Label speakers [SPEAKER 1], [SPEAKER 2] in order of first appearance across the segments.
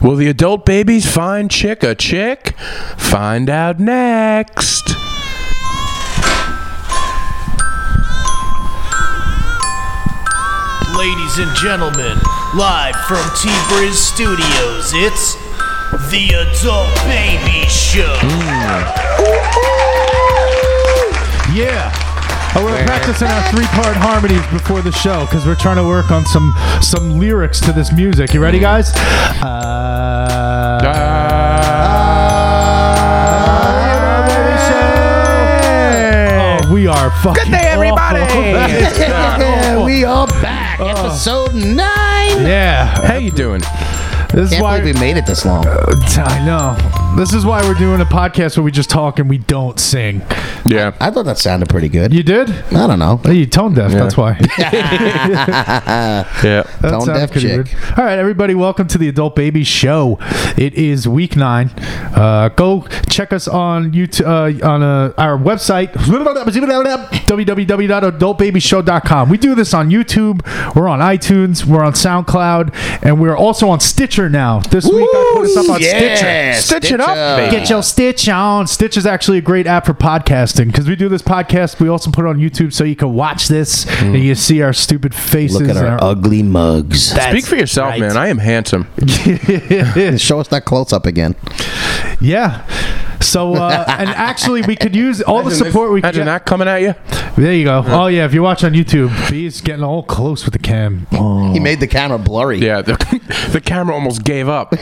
[SPEAKER 1] Will the adult babies find chick a chick? Find out next.
[SPEAKER 2] Ladies and gentlemen, live from T Briz Studios, it's the Adult Baby Show.
[SPEAKER 3] Yeah. Oh, we're practicing our three-part harmonies before the show because we're trying to work on some some lyrics to this music. You ready, guys? Uh,
[SPEAKER 1] Ah.
[SPEAKER 3] oh, we are fucking. Good day,
[SPEAKER 1] everybody!
[SPEAKER 4] Yeah, we are back.
[SPEAKER 3] Uh.
[SPEAKER 4] Episode nine.
[SPEAKER 3] yeah,
[SPEAKER 1] How you doing?
[SPEAKER 3] this is
[SPEAKER 4] Can't
[SPEAKER 3] why
[SPEAKER 4] believe we made it this long.
[SPEAKER 3] I know. This is why we're doing a podcast where we just talk and we don't sing.
[SPEAKER 1] Yeah.
[SPEAKER 4] I thought that sounded pretty good.
[SPEAKER 3] You did?
[SPEAKER 4] I don't know.
[SPEAKER 3] Oh, you tone deaf. That's why.
[SPEAKER 1] Yeah.
[SPEAKER 3] That
[SPEAKER 4] Tone
[SPEAKER 3] sounds
[SPEAKER 4] deaf
[SPEAKER 3] pretty
[SPEAKER 4] chick.
[SPEAKER 3] weird. All right, everybody, welcome to the Adult Baby Show. It is week nine. Uh, go check us on YouTube, uh, on uh, our website, www.adultbabyshow.com. We do this on YouTube, we're on iTunes, we're on SoundCloud, and we're also on Stitcher now. This week I put us up on Stitcher.
[SPEAKER 4] yeah,
[SPEAKER 1] Stitch it up,
[SPEAKER 4] Stitcher.
[SPEAKER 1] baby.
[SPEAKER 3] Get your Stitch on. Stitch is actually a great app for podcasting because we do this podcast. We also put it on YouTube so you can watch this and you see our stupid faces.
[SPEAKER 4] Hmm. Look at
[SPEAKER 3] and
[SPEAKER 4] our ugly mugs.
[SPEAKER 1] Speak for yourself, man. I am handsome.
[SPEAKER 4] Show us that close up again.
[SPEAKER 3] Yeah. So uh, and actually, we could use all the support we could.
[SPEAKER 1] Imagine
[SPEAKER 3] Get.
[SPEAKER 1] that coming at you.
[SPEAKER 3] There you go. Oh yeah, if you watch on YouTube, he's getting all close with the cam. Oh.
[SPEAKER 4] He made the camera blurry.
[SPEAKER 1] Yeah. The, the camera almost gave up.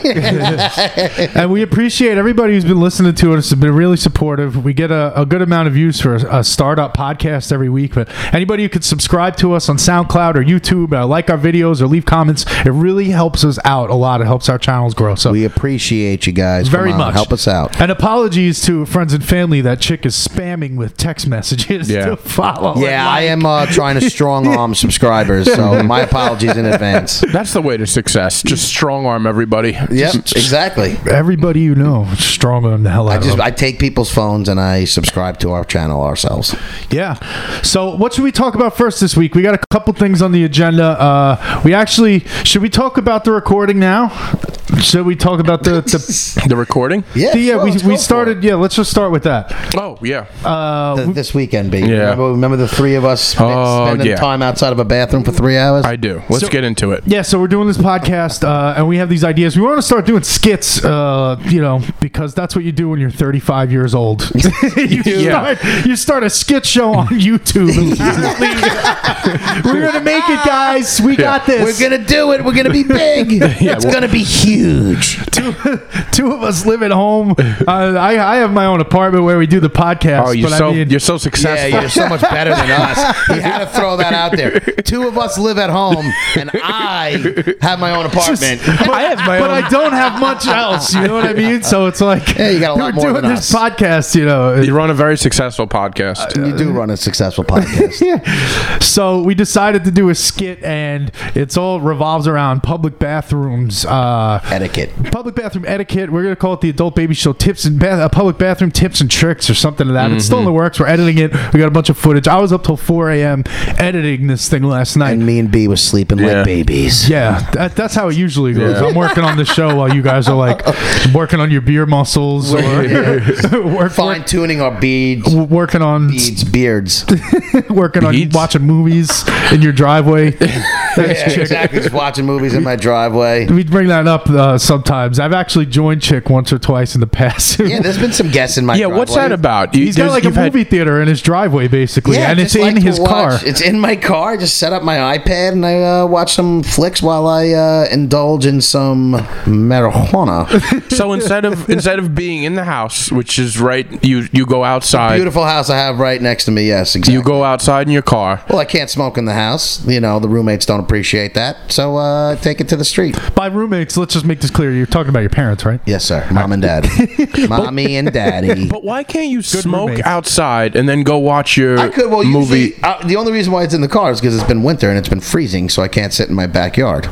[SPEAKER 3] and we appreciate everybody who's been listening to us. Has been really supportive. We get a, a good amount of views for a, a startup podcast every week. But anybody who could subscribe to us on SoundCloud or YouTube, uh, like our videos or leave comments, it really helps us out a lot. It helps our channels grow. So
[SPEAKER 4] We appreciate you guys.
[SPEAKER 3] very
[SPEAKER 4] Come on,
[SPEAKER 3] much
[SPEAKER 4] Help us out.
[SPEAKER 3] And apologies to friends and family that chick is spamming with text messages
[SPEAKER 1] Yeah.
[SPEAKER 3] to follow. and
[SPEAKER 4] Yeah, I
[SPEAKER 3] like.
[SPEAKER 4] am uh, trying to strong arm subscribers, so my apologies in advance.
[SPEAKER 1] That's the way to success. Just strong arm everybody.
[SPEAKER 4] Yep, exactly.
[SPEAKER 3] Everybody you know, strong arm the hell out
[SPEAKER 4] I just
[SPEAKER 3] of
[SPEAKER 4] I take people's phones and I subscribe to our channel ourselves.
[SPEAKER 3] them. Yeah. So, what should we talk about first this week? We got a couple things on the agenda. Uh, we actually should we talk about the recording now? Should we talk about the the
[SPEAKER 1] The recording?
[SPEAKER 4] Yeah,
[SPEAKER 3] yeah?
[SPEAKER 4] sure,
[SPEAKER 3] we
[SPEAKER 4] let's go for
[SPEAKER 3] we
[SPEAKER 4] it.
[SPEAKER 3] started. Yeah, let's just start with that.
[SPEAKER 1] Oh, yeah.
[SPEAKER 3] Uh,
[SPEAKER 4] Th- this weekend, baby.
[SPEAKER 1] Yeah.
[SPEAKER 4] Remember, remember the three of us sp-
[SPEAKER 1] Oh,
[SPEAKER 4] spending
[SPEAKER 1] yeah.
[SPEAKER 4] time outside of a bathroom for three hours?
[SPEAKER 1] I do. Let's
[SPEAKER 3] So-
[SPEAKER 1] get into it.
[SPEAKER 3] Yeah, so we're doing this podcast, uh, and we have these ideas. We want to start doing skits, uh, you know, because that's what you do when you're 35 years old. you,
[SPEAKER 1] Yeah.
[SPEAKER 3] start, you start a skit show on YouTube. we're gonna make it, guys. We got
[SPEAKER 4] We're
[SPEAKER 3] this.
[SPEAKER 4] gonna do it. We're gonna be big. it's
[SPEAKER 1] well-
[SPEAKER 4] gonna be huge.
[SPEAKER 3] Two of us live at home. Uh, I, I have my own apartment where we do the podcast.
[SPEAKER 1] Oh, you're
[SPEAKER 3] but
[SPEAKER 1] so
[SPEAKER 3] I mean,
[SPEAKER 1] you're so successful.
[SPEAKER 4] Yeah, you're so much better than us. You had to throw that out there. Two of us live at home, and I have my own apartment.
[SPEAKER 1] I have my
[SPEAKER 3] but
[SPEAKER 1] own.
[SPEAKER 3] I don't have much else. You know what I mean? So it's like
[SPEAKER 4] Yeah, you got a
[SPEAKER 3] we're
[SPEAKER 4] lot more
[SPEAKER 3] doing
[SPEAKER 4] than
[SPEAKER 3] this
[SPEAKER 4] us.
[SPEAKER 3] podcast. You know,
[SPEAKER 1] you run a very successful podcast.
[SPEAKER 4] you do run a successful podcast.
[SPEAKER 3] So we decided to do a skit, and it's all revolves around public bathrooms, uh,
[SPEAKER 4] Etiquette.
[SPEAKER 3] public bathroom etiquette. We're gonna call it the Adult Baby Show tips and bath- uh, public bathroom tips and tricks, or something like that. It's
[SPEAKER 1] Mm-hmm.
[SPEAKER 3] still in the works. We're editing it. We got a bunch of footage. I was up till 4 a.m. editing this thing last night.
[SPEAKER 4] And me and B was sleeping
[SPEAKER 1] Yeah.
[SPEAKER 4] like babies.
[SPEAKER 3] yeah, that, that's how it usually goes.
[SPEAKER 1] Yeah.
[SPEAKER 3] I'm working on the show while you guys are like working on your beer muscles or work,
[SPEAKER 4] Fine tuning our beads,
[SPEAKER 3] work- working on
[SPEAKER 4] beads, beards.
[SPEAKER 3] working on
[SPEAKER 1] Beads.
[SPEAKER 3] watching movies in your driveway. Thanks,
[SPEAKER 4] Yeah,
[SPEAKER 3] chick.
[SPEAKER 4] exactly. Just watching movies in my driveway.
[SPEAKER 3] We bring that up uh, sometimes. I've actually joined Chick once or twice in the past.
[SPEAKER 4] Yeah, there's been some guests in my.
[SPEAKER 1] Yeah, what's that
[SPEAKER 4] driveway.
[SPEAKER 1] about? You,
[SPEAKER 3] He's got
[SPEAKER 1] there's-
[SPEAKER 3] like a
[SPEAKER 1] you've had-
[SPEAKER 3] movie theater in his driveway, basically, and it's
[SPEAKER 4] just
[SPEAKER 3] in
[SPEAKER 4] like to
[SPEAKER 3] his car.
[SPEAKER 4] watch- It's in my car. Just set up my iPad and I uh, watch some flicks while I uh, indulge in some marijuana.
[SPEAKER 1] so instead of instead of being in the house, which is right, you you go outside.
[SPEAKER 4] Beautiful house I have right next to me. Yes, exactly.
[SPEAKER 1] You go outside in your car.
[SPEAKER 4] well, I can't smoke in the house. You know, the roommates don't appreciate that, so uh, I take it to the street.
[SPEAKER 3] By roommates, let's just make this clear. You're talking about your parents, right?
[SPEAKER 4] Yes, sir. Mom and dad. Mommy and daddy.
[SPEAKER 1] But why can't you smoke
[SPEAKER 3] roommates.
[SPEAKER 1] outside and then go watch your
[SPEAKER 4] I could well
[SPEAKER 1] movie?
[SPEAKER 4] usually uh, the only reason why it's in the car is because it's been winter and it's been freezing, so I can't sit in my backyard.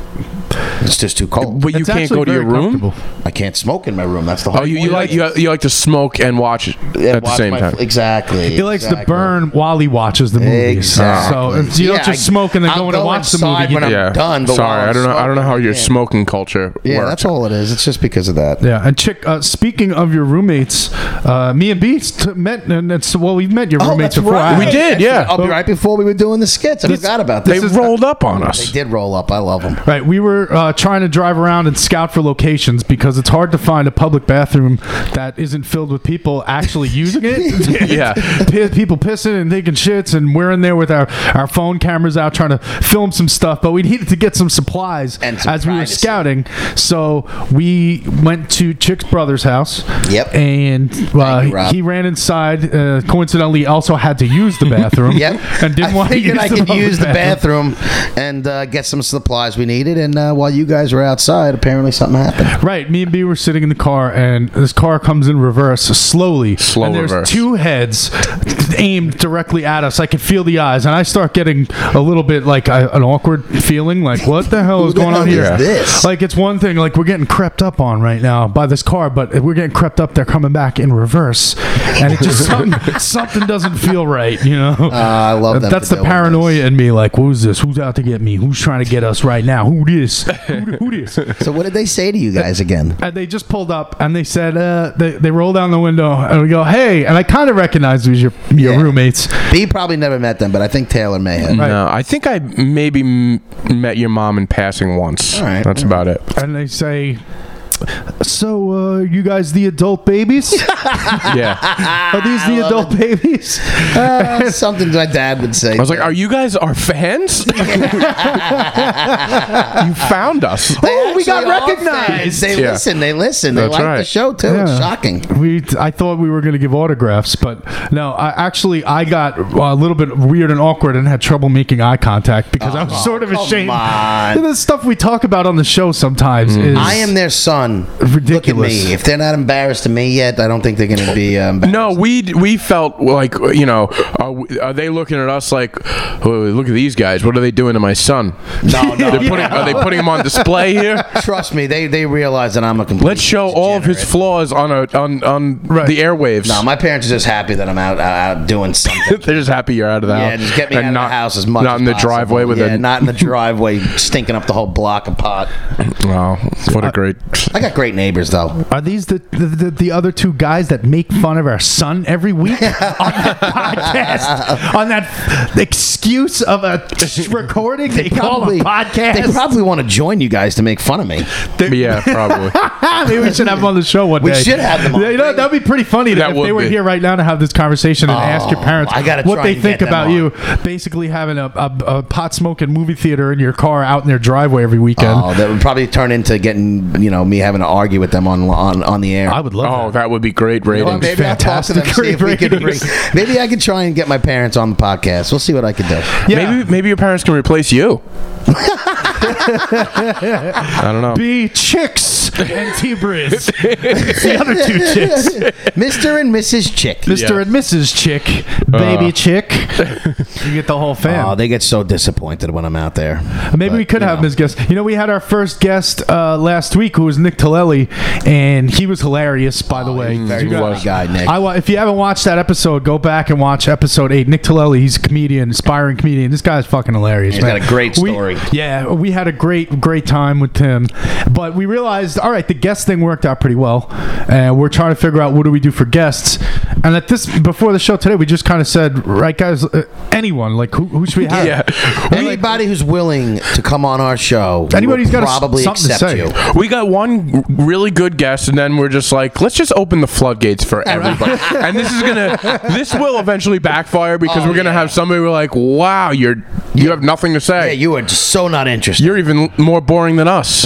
[SPEAKER 4] It's just too cold.
[SPEAKER 1] But you
[SPEAKER 3] It's
[SPEAKER 1] can't
[SPEAKER 3] actually
[SPEAKER 1] go to your
[SPEAKER 3] very
[SPEAKER 1] room.
[SPEAKER 3] comfortable.
[SPEAKER 4] I can't smoke in my room. That's the whole
[SPEAKER 1] Oh, you, you
[SPEAKER 4] point.
[SPEAKER 1] like you, you like to smoke and watch it
[SPEAKER 4] Yeah,
[SPEAKER 1] at the
[SPEAKER 4] watch
[SPEAKER 1] same
[SPEAKER 4] my-
[SPEAKER 1] time.
[SPEAKER 4] Exactly.
[SPEAKER 3] He likes to
[SPEAKER 4] exactly.
[SPEAKER 3] burn while he watches the movies.
[SPEAKER 4] Exactly.
[SPEAKER 3] So if you
[SPEAKER 4] Yeah,
[SPEAKER 3] don't just
[SPEAKER 4] I-
[SPEAKER 3] smoke and then
[SPEAKER 4] I'll
[SPEAKER 3] go in and
[SPEAKER 4] go
[SPEAKER 3] watch the
[SPEAKER 4] inside
[SPEAKER 3] movie. you
[SPEAKER 4] when I'm-
[SPEAKER 3] don't-
[SPEAKER 1] yeah.
[SPEAKER 4] done, but
[SPEAKER 1] Sorry,
[SPEAKER 4] while
[SPEAKER 1] I don't know. I don't know how
[SPEAKER 4] smoking,
[SPEAKER 1] your
[SPEAKER 4] yeah.
[SPEAKER 1] smoking culture
[SPEAKER 4] Yeah,
[SPEAKER 1] works.
[SPEAKER 4] that's all it is. It's just because of that.
[SPEAKER 3] Yeah, and chick. Uh, speaking of your roommates, uh, me and Beats t- met, and it's well, we've met your
[SPEAKER 4] Oh,
[SPEAKER 3] roommates before. I-
[SPEAKER 1] We did, yeah.
[SPEAKER 4] I'll be right before we were doing the skits. I forgot about
[SPEAKER 1] They
[SPEAKER 4] this. They,
[SPEAKER 1] rolled up on us.
[SPEAKER 4] did roll up. I love them.
[SPEAKER 3] Right, we were uh, trying to drive around and scout for locations because it's hard to find a public bathroom that isn't filled with people actually using it.
[SPEAKER 1] Yeah.
[SPEAKER 3] P- people pissing and taking shits, and we're in there with our, our phone cameras out trying to film some stuff. But we needed to get some supplies
[SPEAKER 4] And some
[SPEAKER 3] as we were
[SPEAKER 4] privacy.
[SPEAKER 3] scouting, so we went to Chick's brother's house.
[SPEAKER 4] Yep.
[SPEAKER 3] and
[SPEAKER 4] Thank you,
[SPEAKER 3] uh,
[SPEAKER 4] Rob.
[SPEAKER 3] he ran inside. Uh, coincidentally, also had to use the bathroom.
[SPEAKER 4] Yep.
[SPEAKER 3] and didn't
[SPEAKER 4] I
[SPEAKER 3] want to
[SPEAKER 4] figured
[SPEAKER 3] use
[SPEAKER 4] I
[SPEAKER 3] the
[SPEAKER 4] could
[SPEAKER 3] public
[SPEAKER 4] use the bathroom and uh, get some supplies we needed. And uh, while you guys were outside, apparently something happened.
[SPEAKER 3] Right, me and B were sitting in the car, and this car comes in reverse slowly.
[SPEAKER 1] Slow
[SPEAKER 3] and there's
[SPEAKER 1] reverse.
[SPEAKER 3] two heads aimed directly at us. I could feel the eyes, and I start getting a little bit like I, an awkward feeling, like what the hell is
[SPEAKER 4] the
[SPEAKER 3] going
[SPEAKER 4] hell
[SPEAKER 3] on
[SPEAKER 4] is
[SPEAKER 3] here?
[SPEAKER 4] this?
[SPEAKER 3] Like it's one thing, like we're getting crept up on right now by this car, but we're getting crept up. They're coming back in reverse, and it just something, something doesn't feel right, you know.
[SPEAKER 4] Uh, I love them
[SPEAKER 3] That's
[SPEAKER 4] for
[SPEAKER 3] the
[SPEAKER 4] doing
[SPEAKER 3] paranoia in me. Like, who's this? Who's out to get me? Who's trying to get us right now? Who this? Who, th- who this?
[SPEAKER 4] So what did they say to you guys again?
[SPEAKER 3] And they just pulled up and they said, uh, they, they roll down the window and we go, hey. And I kind of recognized these your, your
[SPEAKER 4] Yeah.
[SPEAKER 3] roommates.
[SPEAKER 4] B probably never met them, but I think Taylor may have.
[SPEAKER 1] No, I think I maybe m- met your mom in passing once.
[SPEAKER 4] All right.
[SPEAKER 1] That's about it.
[SPEAKER 3] And they say, so uh, you guys the adult babies?
[SPEAKER 1] Yeah.
[SPEAKER 3] Are these the adult babies?
[SPEAKER 4] Uh, something my dad would say.
[SPEAKER 1] I was like, "Are you guys our fans? you found us."
[SPEAKER 4] They
[SPEAKER 3] we got
[SPEAKER 4] actually are
[SPEAKER 3] recognized.
[SPEAKER 4] fans. They
[SPEAKER 1] Yeah.
[SPEAKER 4] listen. They listen. They
[SPEAKER 1] That's
[SPEAKER 4] like the
[SPEAKER 1] right.
[SPEAKER 4] show too. It's
[SPEAKER 3] Yeah.
[SPEAKER 4] shocking.
[SPEAKER 3] We, I thought we were going to give autographs, but no. I actually I got a little bit weird and awkward and had trouble making eye contact because I was sort of
[SPEAKER 4] Oh, come
[SPEAKER 3] ashamed.
[SPEAKER 4] on. Mm.
[SPEAKER 3] The stuff we talk about on the show sometimes is
[SPEAKER 4] I am their son. Look at
[SPEAKER 3] ridiculous.
[SPEAKER 4] me. If they're not embarrassed of me yet, I don't think they're going to be. Um,
[SPEAKER 1] No, we we felt like you know, are, we, are they looking at us like, oh, look at these guys? What are they doing to my son?
[SPEAKER 4] No, no.
[SPEAKER 1] They're putting, Are they putting him on display here?
[SPEAKER 4] Trust me, they they realize that I'm a complete.
[SPEAKER 1] Let's show all of his
[SPEAKER 4] degenerate.
[SPEAKER 1] flaws on a on on
[SPEAKER 3] Right.
[SPEAKER 1] the airwaves.
[SPEAKER 4] No, my parents are just happy that I'm out out, out doing something.
[SPEAKER 1] They're just happy you're out of the house.
[SPEAKER 4] Yeah, just get me
[SPEAKER 1] and
[SPEAKER 4] out of the house as much.
[SPEAKER 1] Not
[SPEAKER 4] as
[SPEAKER 1] in the
[SPEAKER 4] possible.
[SPEAKER 1] driveway with
[SPEAKER 4] yeah,
[SPEAKER 1] a.
[SPEAKER 4] not in the driveway, stinking up the whole block of pot.
[SPEAKER 1] Wow, what a great.
[SPEAKER 4] I got great neighbors though.
[SPEAKER 3] Are these the, the, the, the other two guys that make fun of our son every week on that podcast? On that excuse of a recording they, call a podcast?
[SPEAKER 4] They probably want to join you guys to make fun of me.
[SPEAKER 1] Yeah, probably.
[SPEAKER 3] Ah, Maybe we should have them on the show one
[SPEAKER 4] We
[SPEAKER 3] day.
[SPEAKER 4] should have them on.
[SPEAKER 3] Yeah, You know, that'd be pretty funny
[SPEAKER 1] That
[SPEAKER 3] if
[SPEAKER 1] would
[SPEAKER 3] they were
[SPEAKER 1] be.
[SPEAKER 3] here right now to have this conversation and ask your parents
[SPEAKER 4] Oh, I gotta
[SPEAKER 3] what
[SPEAKER 4] try
[SPEAKER 3] they
[SPEAKER 4] and
[SPEAKER 3] think
[SPEAKER 4] get them
[SPEAKER 3] about
[SPEAKER 4] on.
[SPEAKER 3] you basically having a, a, a pot smoking movie theater in your car out in their driveway every weekend.
[SPEAKER 4] Oh, that would probably turn into getting you know me having to argue with them on on, on the air.
[SPEAKER 3] I would love
[SPEAKER 1] Oh,
[SPEAKER 3] that.
[SPEAKER 1] that would be great
[SPEAKER 4] You know what,
[SPEAKER 1] ratings.
[SPEAKER 4] maybe I'll talk to them.
[SPEAKER 3] Fantastic
[SPEAKER 4] See if we can bring,
[SPEAKER 3] ratings.
[SPEAKER 4] maybe I could try and get my parents on the podcast. We'll see what I can do.
[SPEAKER 3] Yeah.
[SPEAKER 1] Maybe maybe your parents can replace you. I don't know.
[SPEAKER 3] Be chicks and T Briz. the other two chicks.
[SPEAKER 4] Mr. and Mrs. Chick.
[SPEAKER 3] Mr. and Mrs. Chick, baby Chick. Uh. You get the whole fam.
[SPEAKER 4] Oh, they get so disappointed when I'm out there.
[SPEAKER 3] Maybe
[SPEAKER 4] But,
[SPEAKER 3] we could
[SPEAKER 4] you
[SPEAKER 3] have
[SPEAKER 4] know.
[SPEAKER 3] him as guest. You know, we had our first guest uh, last week, who was Nick Tellelli, and he was hilarious. By the way,
[SPEAKER 4] Very
[SPEAKER 3] Mm. You guys-
[SPEAKER 4] funny guy, Nick.
[SPEAKER 3] I, wa- if you haven't watched that episode, go back and watch episode eight. Nick Tellelli, he's a comedian, aspiring comedian. This guy's fucking hilarious.
[SPEAKER 4] He's
[SPEAKER 3] man.
[SPEAKER 4] got a great
[SPEAKER 3] We-
[SPEAKER 4] story.
[SPEAKER 3] yeah, we had a great, great time with him. But we realized, all right, the guest thing worked out pretty well, and we're trying to figure out what do we do for guests. And at this, before the show today, we just kind of said, right, guys, uh, anyone, like who, who should we have?
[SPEAKER 1] Yeah.
[SPEAKER 4] Anybody who's willing to come on our show, we
[SPEAKER 3] Anybody's
[SPEAKER 4] will
[SPEAKER 3] got a s-
[SPEAKER 4] probably
[SPEAKER 3] something to
[SPEAKER 4] accept
[SPEAKER 3] say.
[SPEAKER 4] you.
[SPEAKER 1] We got one really good guest, and then we're just like, let's just open the floodgates for everybody. and this is gonna, this will eventually backfire because
[SPEAKER 4] Oh,
[SPEAKER 1] we're gonna
[SPEAKER 4] yeah.
[SPEAKER 1] have somebody we're like, wow, you're you have nothing to say.
[SPEAKER 4] Yeah,
[SPEAKER 1] you-
[SPEAKER 4] you are just so not interested.
[SPEAKER 1] are even more boring than us.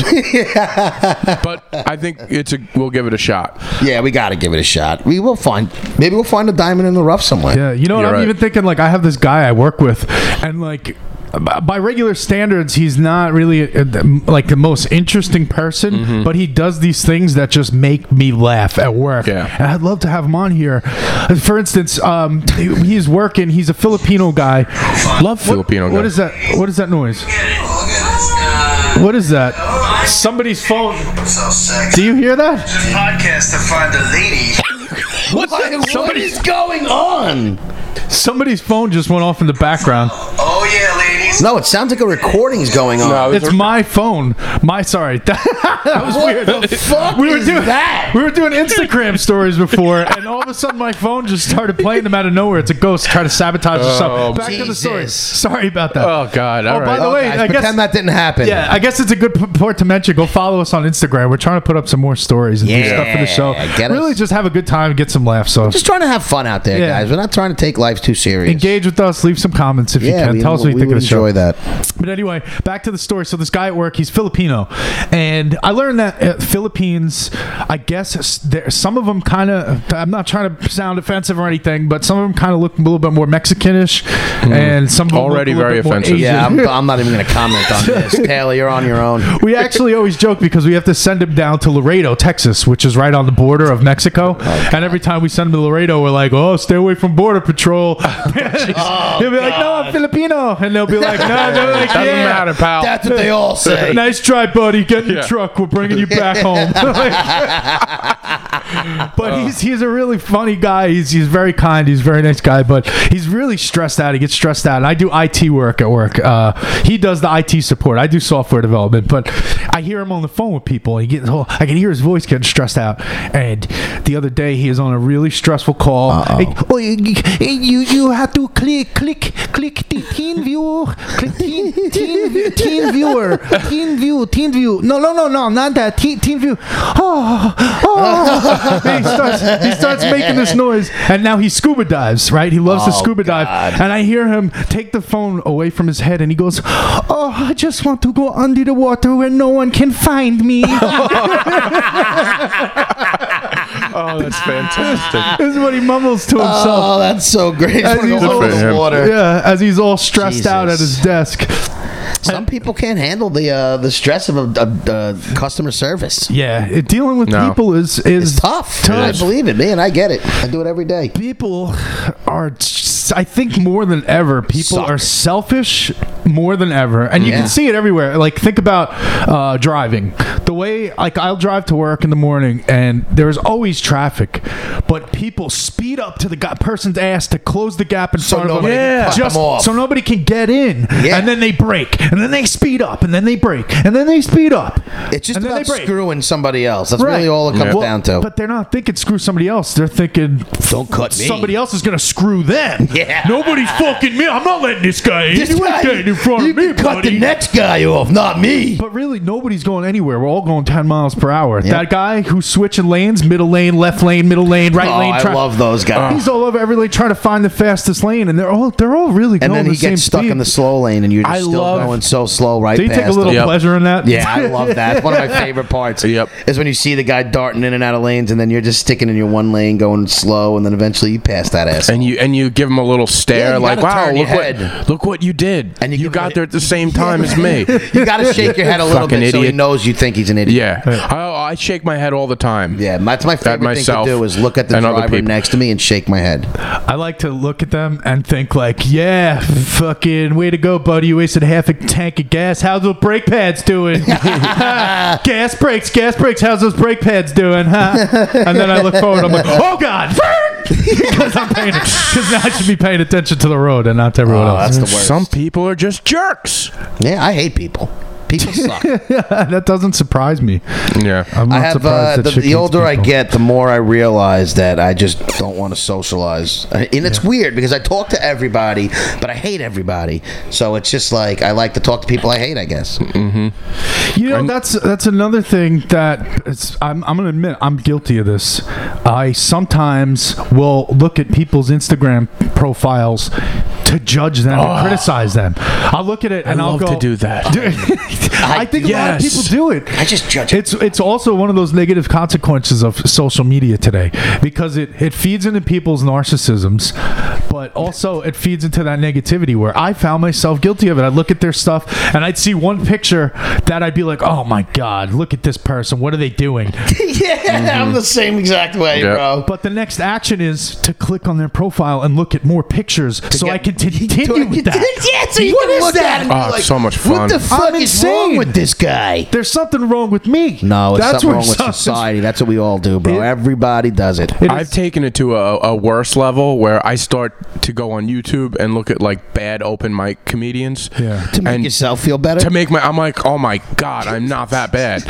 [SPEAKER 1] but I think it's a, we'll give it a shot.
[SPEAKER 4] yeah, we got to give it a shot. We will find. Maybe we'll find a diamond in the rough somewhere.
[SPEAKER 3] Yeah, you know what?
[SPEAKER 1] You're
[SPEAKER 3] I'm
[SPEAKER 1] right.
[SPEAKER 3] even thinking like I have this guy I work with, and like b- by regular standards, he's not really uh, th- like the most interesting person,
[SPEAKER 1] Mm-hmm.
[SPEAKER 3] but he does these things that just make me laugh at work.
[SPEAKER 1] Yeah.
[SPEAKER 3] and I'd love to have him on here. Uh, For instance, um, he- he's working. He's a Filipino guy. Love
[SPEAKER 1] Filipino guy.
[SPEAKER 3] What is that? What is that noise?
[SPEAKER 5] What
[SPEAKER 3] What is that? Somebody's phone.
[SPEAKER 5] So sexy.
[SPEAKER 3] Do you hear that?
[SPEAKER 5] Podcast to find a lady.
[SPEAKER 1] What's
[SPEAKER 4] What-
[SPEAKER 1] that?
[SPEAKER 4] what
[SPEAKER 1] Somebody,
[SPEAKER 4] is going on?
[SPEAKER 3] Somebody's phone just went off in the background.
[SPEAKER 5] Oh yeah, ladies.
[SPEAKER 4] No, it sounds like a recording's going on.
[SPEAKER 1] No,
[SPEAKER 3] It's my phone. My sorry. That, was weird.
[SPEAKER 4] What the fuck
[SPEAKER 3] We were
[SPEAKER 4] is
[SPEAKER 3] doing
[SPEAKER 4] that?
[SPEAKER 3] We were doing Instagram stories before, and all of a sudden my phone just started playing them out of nowhere. It's a ghost trying to sabotage
[SPEAKER 1] Oh,
[SPEAKER 3] itself. Back to the story.
[SPEAKER 4] Jesus.
[SPEAKER 3] Sorry about that.
[SPEAKER 1] oh God! All
[SPEAKER 3] Oh,
[SPEAKER 1] right.
[SPEAKER 3] by the
[SPEAKER 4] Oh,
[SPEAKER 3] way,
[SPEAKER 4] guys,
[SPEAKER 3] I guess
[SPEAKER 4] pretend that didn't happen.
[SPEAKER 3] Yeah, I guess it's a good p- port to mention. Go follow us on Instagram. We're trying to put up some more stories and do
[SPEAKER 4] Yeah,
[SPEAKER 3] stuff for the show.
[SPEAKER 4] get us-
[SPEAKER 3] really, just have a good time, get some laughs. So
[SPEAKER 4] Just trying to have fun out there,
[SPEAKER 3] Yeah.
[SPEAKER 4] guys. We're not trying to take life too serious.
[SPEAKER 3] engage with us. Leave some comments if you
[SPEAKER 4] Yeah,
[SPEAKER 3] can.
[SPEAKER 4] we,
[SPEAKER 3] Tell us what you
[SPEAKER 4] we
[SPEAKER 3] think
[SPEAKER 4] would
[SPEAKER 3] of the show.
[SPEAKER 4] enjoy that.
[SPEAKER 3] But anyway, back to the story. So this guy at work, he's Filipino, and I learned that uh, Philippines, I guess s- there, some of them kind of. I'm not trying to sound offensive or anything, but some of them kind of look a little bit more Mexicanish, and some of 'em
[SPEAKER 1] Mm-hmm.
[SPEAKER 3] look
[SPEAKER 1] Already
[SPEAKER 3] a little
[SPEAKER 1] very
[SPEAKER 3] bit more
[SPEAKER 1] offensive.
[SPEAKER 3] Asian.
[SPEAKER 4] Yeah, I'm, I'm not even going to comment on this. Taylor, you're on your own.
[SPEAKER 3] We actually always joke because we have to send him down to Laredo, Texas, which is right on the border of Mexico. and every time we send him to Laredo, we're like, "Oh, stay away from border patrol." He'll be like, "No, I'm Filipino," and they'll be like, "No, they're like,
[SPEAKER 1] Oh, Doesn't
[SPEAKER 3] yeah."
[SPEAKER 1] matter, pal.
[SPEAKER 4] That's what they all say.
[SPEAKER 3] Nice try, buddy. Get in
[SPEAKER 1] Yeah.
[SPEAKER 3] the truck. We're bringing you back home. but he's he's a really funny guy. He's he's very kind. He's a very nice guy. But he's really stressed out. He gets stressed out. And I do IT work at work. Uh, he does the IT support. I do software development. But I hear him on the phone with people. He gets oh, I can hear his voice getting stressed out. And the other day he is on a really stressful call. Hey, oh, you, you you have to click click click the teen viewer click teen teen view- teen viewer teen view teen view. No no no no not that teen teen view. Oh oh. And he starts he starts making this noise and now he scuba dives right. He loves to
[SPEAKER 4] Oh,
[SPEAKER 3] scuba
[SPEAKER 4] God.
[SPEAKER 3] dive and I hear him take the phone away from his head and he goes oh I just want to go under the water where no one can find me.
[SPEAKER 1] oh, that's fantastic.
[SPEAKER 3] this is what he mumbles to himself.
[SPEAKER 4] Oh, that's so great.
[SPEAKER 3] As
[SPEAKER 4] Wanna go
[SPEAKER 3] he's
[SPEAKER 4] under
[SPEAKER 1] all-
[SPEAKER 4] the water.
[SPEAKER 3] Yeah, as he's all stressed out at
[SPEAKER 4] Jesus.
[SPEAKER 3] his desk.
[SPEAKER 4] Some people can't handle the uh, the stress of a, a, a customer service.
[SPEAKER 3] Yeah, it- dealing with
[SPEAKER 1] No.
[SPEAKER 3] people is is
[SPEAKER 4] It's tough. I believe it, man. I get it. I do it every day.
[SPEAKER 3] People are, s- I think, more than ever, people
[SPEAKER 4] Suck.
[SPEAKER 3] are selfish more than ever, and you
[SPEAKER 4] Yeah.
[SPEAKER 3] can see it everywhere. Like, think about uh, driving. The way, like, I'll drive to work in the morning, and there's always traffic, but people speed up to the go- person's ass to close the gap in front of them,
[SPEAKER 4] nobody can Yeah. cut them
[SPEAKER 3] just
[SPEAKER 4] off.
[SPEAKER 3] so nobody can get in,
[SPEAKER 4] Yeah.
[SPEAKER 3] and then they break, and then they speed up, and then they break, and then they speed up.
[SPEAKER 4] It's just
[SPEAKER 3] and then
[SPEAKER 4] about
[SPEAKER 3] they break.
[SPEAKER 4] screwing somebody else. That's really all it comes
[SPEAKER 3] Well,
[SPEAKER 4] down to.
[SPEAKER 3] But they're not thinking screw somebody else. They're thinking
[SPEAKER 4] Don't cut me.
[SPEAKER 3] somebody else is gonna screw them.
[SPEAKER 4] Yeah.
[SPEAKER 3] Nobody's fucking me. I'm not letting this guy in. you ain't getting in front
[SPEAKER 4] you
[SPEAKER 3] of me,
[SPEAKER 4] can cut
[SPEAKER 3] buddy.
[SPEAKER 4] the next guy off, not me.
[SPEAKER 3] but really, nobody's going anywhere. We're all going 10 miles per hour. That guy who's switching lanes, middle lane, left lane, middle lane, right
[SPEAKER 4] Oh,
[SPEAKER 3] lane.
[SPEAKER 4] I
[SPEAKER 3] tra-
[SPEAKER 4] love those guys.
[SPEAKER 1] Uh,
[SPEAKER 3] He's all over every lane trying to find the fastest lane, and they're all they're all really
[SPEAKER 4] and
[SPEAKER 3] going
[SPEAKER 4] then
[SPEAKER 3] the
[SPEAKER 4] he
[SPEAKER 3] same
[SPEAKER 4] gets stuck
[SPEAKER 3] speed.
[SPEAKER 4] in the slow lane, and you're just
[SPEAKER 3] I
[SPEAKER 4] still
[SPEAKER 3] love-
[SPEAKER 4] going so slow right
[SPEAKER 3] Do you
[SPEAKER 4] past
[SPEAKER 3] take a little
[SPEAKER 4] him.
[SPEAKER 1] Yep.
[SPEAKER 3] pleasure in that?
[SPEAKER 4] Yeah, I love that. It's one of my favorite parts.
[SPEAKER 1] Yep.
[SPEAKER 4] Is when you see the guy darting in and out of lanes, and then you're just sticking in your one lane, going slow, and then eventually you pass that ass.
[SPEAKER 1] And you and you give him a little
[SPEAKER 4] Yeah,
[SPEAKER 1] stare,
[SPEAKER 4] you
[SPEAKER 1] like,
[SPEAKER 4] gotta
[SPEAKER 1] "Wow,
[SPEAKER 4] turn your
[SPEAKER 1] look
[SPEAKER 4] head.
[SPEAKER 1] what look what you did!"
[SPEAKER 4] And
[SPEAKER 1] And
[SPEAKER 4] you
[SPEAKER 1] you,
[SPEAKER 4] give him
[SPEAKER 1] got
[SPEAKER 4] a-
[SPEAKER 1] there at the same time as me.
[SPEAKER 4] you got to shake your head a little
[SPEAKER 1] Fucking
[SPEAKER 4] bit so he
[SPEAKER 1] idiot.
[SPEAKER 4] knows you think he's an idiot.
[SPEAKER 1] Yeah, I, I shake my head all the time.
[SPEAKER 4] Yeah, that's my favorite
[SPEAKER 1] myself
[SPEAKER 4] thing to do is look at the
[SPEAKER 1] and other
[SPEAKER 4] driver
[SPEAKER 1] people.
[SPEAKER 4] next to me and shake my head.
[SPEAKER 3] I like to look at them and think like, yeah, fucking way to go, buddy. You wasted half a tank of gas. How's those brake pads doing? gas brakes, gas brakes. How's those brake pads doing? Huh? And then I look forward. I'm like, oh god, because I'm paying because now I should be paying attention to the road and not to everyone
[SPEAKER 4] Oh,
[SPEAKER 3] else.
[SPEAKER 4] that's the worst.
[SPEAKER 1] Some people are just jerks.
[SPEAKER 4] yeah, I hate people. People suck.
[SPEAKER 3] that doesn't surprise me.
[SPEAKER 1] Yeah,
[SPEAKER 3] I'm not
[SPEAKER 4] I have uh,
[SPEAKER 3] surprised that
[SPEAKER 4] the,
[SPEAKER 3] shit
[SPEAKER 4] the
[SPEAKER 3] gets
[SPEAKER 4] older I
[SPEAKER 3] people.
[SPEAKER 4] get, the more I realize that I just don't want to socialize, and it's weird because I talk to everybody, but I hate everybody. So it's just like I like to talk to people I hate. I guess.
[SPEAKER 3] You know, that's that's another thing that it's, I'm, I'm gonna admit I'm guilty of this. I sometimes will look at people's Instagram profiles to judge them, and criticize them. I'll look at it and
[SPEAKER 1] I
[SPEAKER 3] will
[SPEAKER 1] love
[SPEAKER 3] go,
[SPEAKER 1] to do that.
[SPEAKER 3] Dude, I think a lot of people
[SPEAKER 1] Yes.
[SPEAKER 3] do it.
[SPEAKER 4] I just judge
[SPEAKER 3] It's it's also one of those negative consequences of social media today because it, it feeds into people's narcissisms but also it feeds into that negativity where I found myself guilty of it. I'd look at their stuff and I'd see one picture that I'd be like, oh my God, look at this person. What are they doing?
[SPEAKER 4] yeah,
[SPEAKER 3] Mm-hmm.
[SPEAKER 4] I'm the same exact way,
[SPEAKER 1] Yeah.
[SPEAKER 4] bro.
[SPEAKER 3] But the next action is to click on their profile and look at more pictures so
[SPEAKER 4] get-
[SPEAKER 3] I can t- continue with that.
[SPEAKER 4] Yeah, so you
[SPEAKER 3] What
[SPEAKER 4] can
[SPEAKER 3] is
[SPEAKER 4] look at
[SPEAKER 3] that?
[SPEAKER 4] it and be
[SPEAKER 1] Oh, it's
[SPEAKER 4] like,
[SPEAKER 1] so much fun.
[SPEAKER 4] What the fuck is wrong
[SPEAKER 3] insane."
[SPEAKER 4] with this guy?
[SPEAKER 3] There's something wrong with me.
[SPEAKER 4] No, it's something
[SPEAKER 3] where
[SPEAKER 4] wrong with
[SPEAKER 3] something's-
[SPEAKER 4] society. That's what we all do, bro.
[SPEAKER 3] It-
[SPEAKER 4] Everybody does it.
[SPEAKER 3] It
[SPEAKER 1] I've
[SPEAKER 3] is-
[SPEAKER 1] taken it to a, a worse level where I start to go on YouTube and look at like bad open mic comedians.
[SPEAKER 3] Yeah.
[SPEAKER 4] to make
[SPEAKER 1] and
[SPEAKER 4] yourself feel better.
[SPEAKER 1] to make my I'm like, oh my god, I'm not that bad.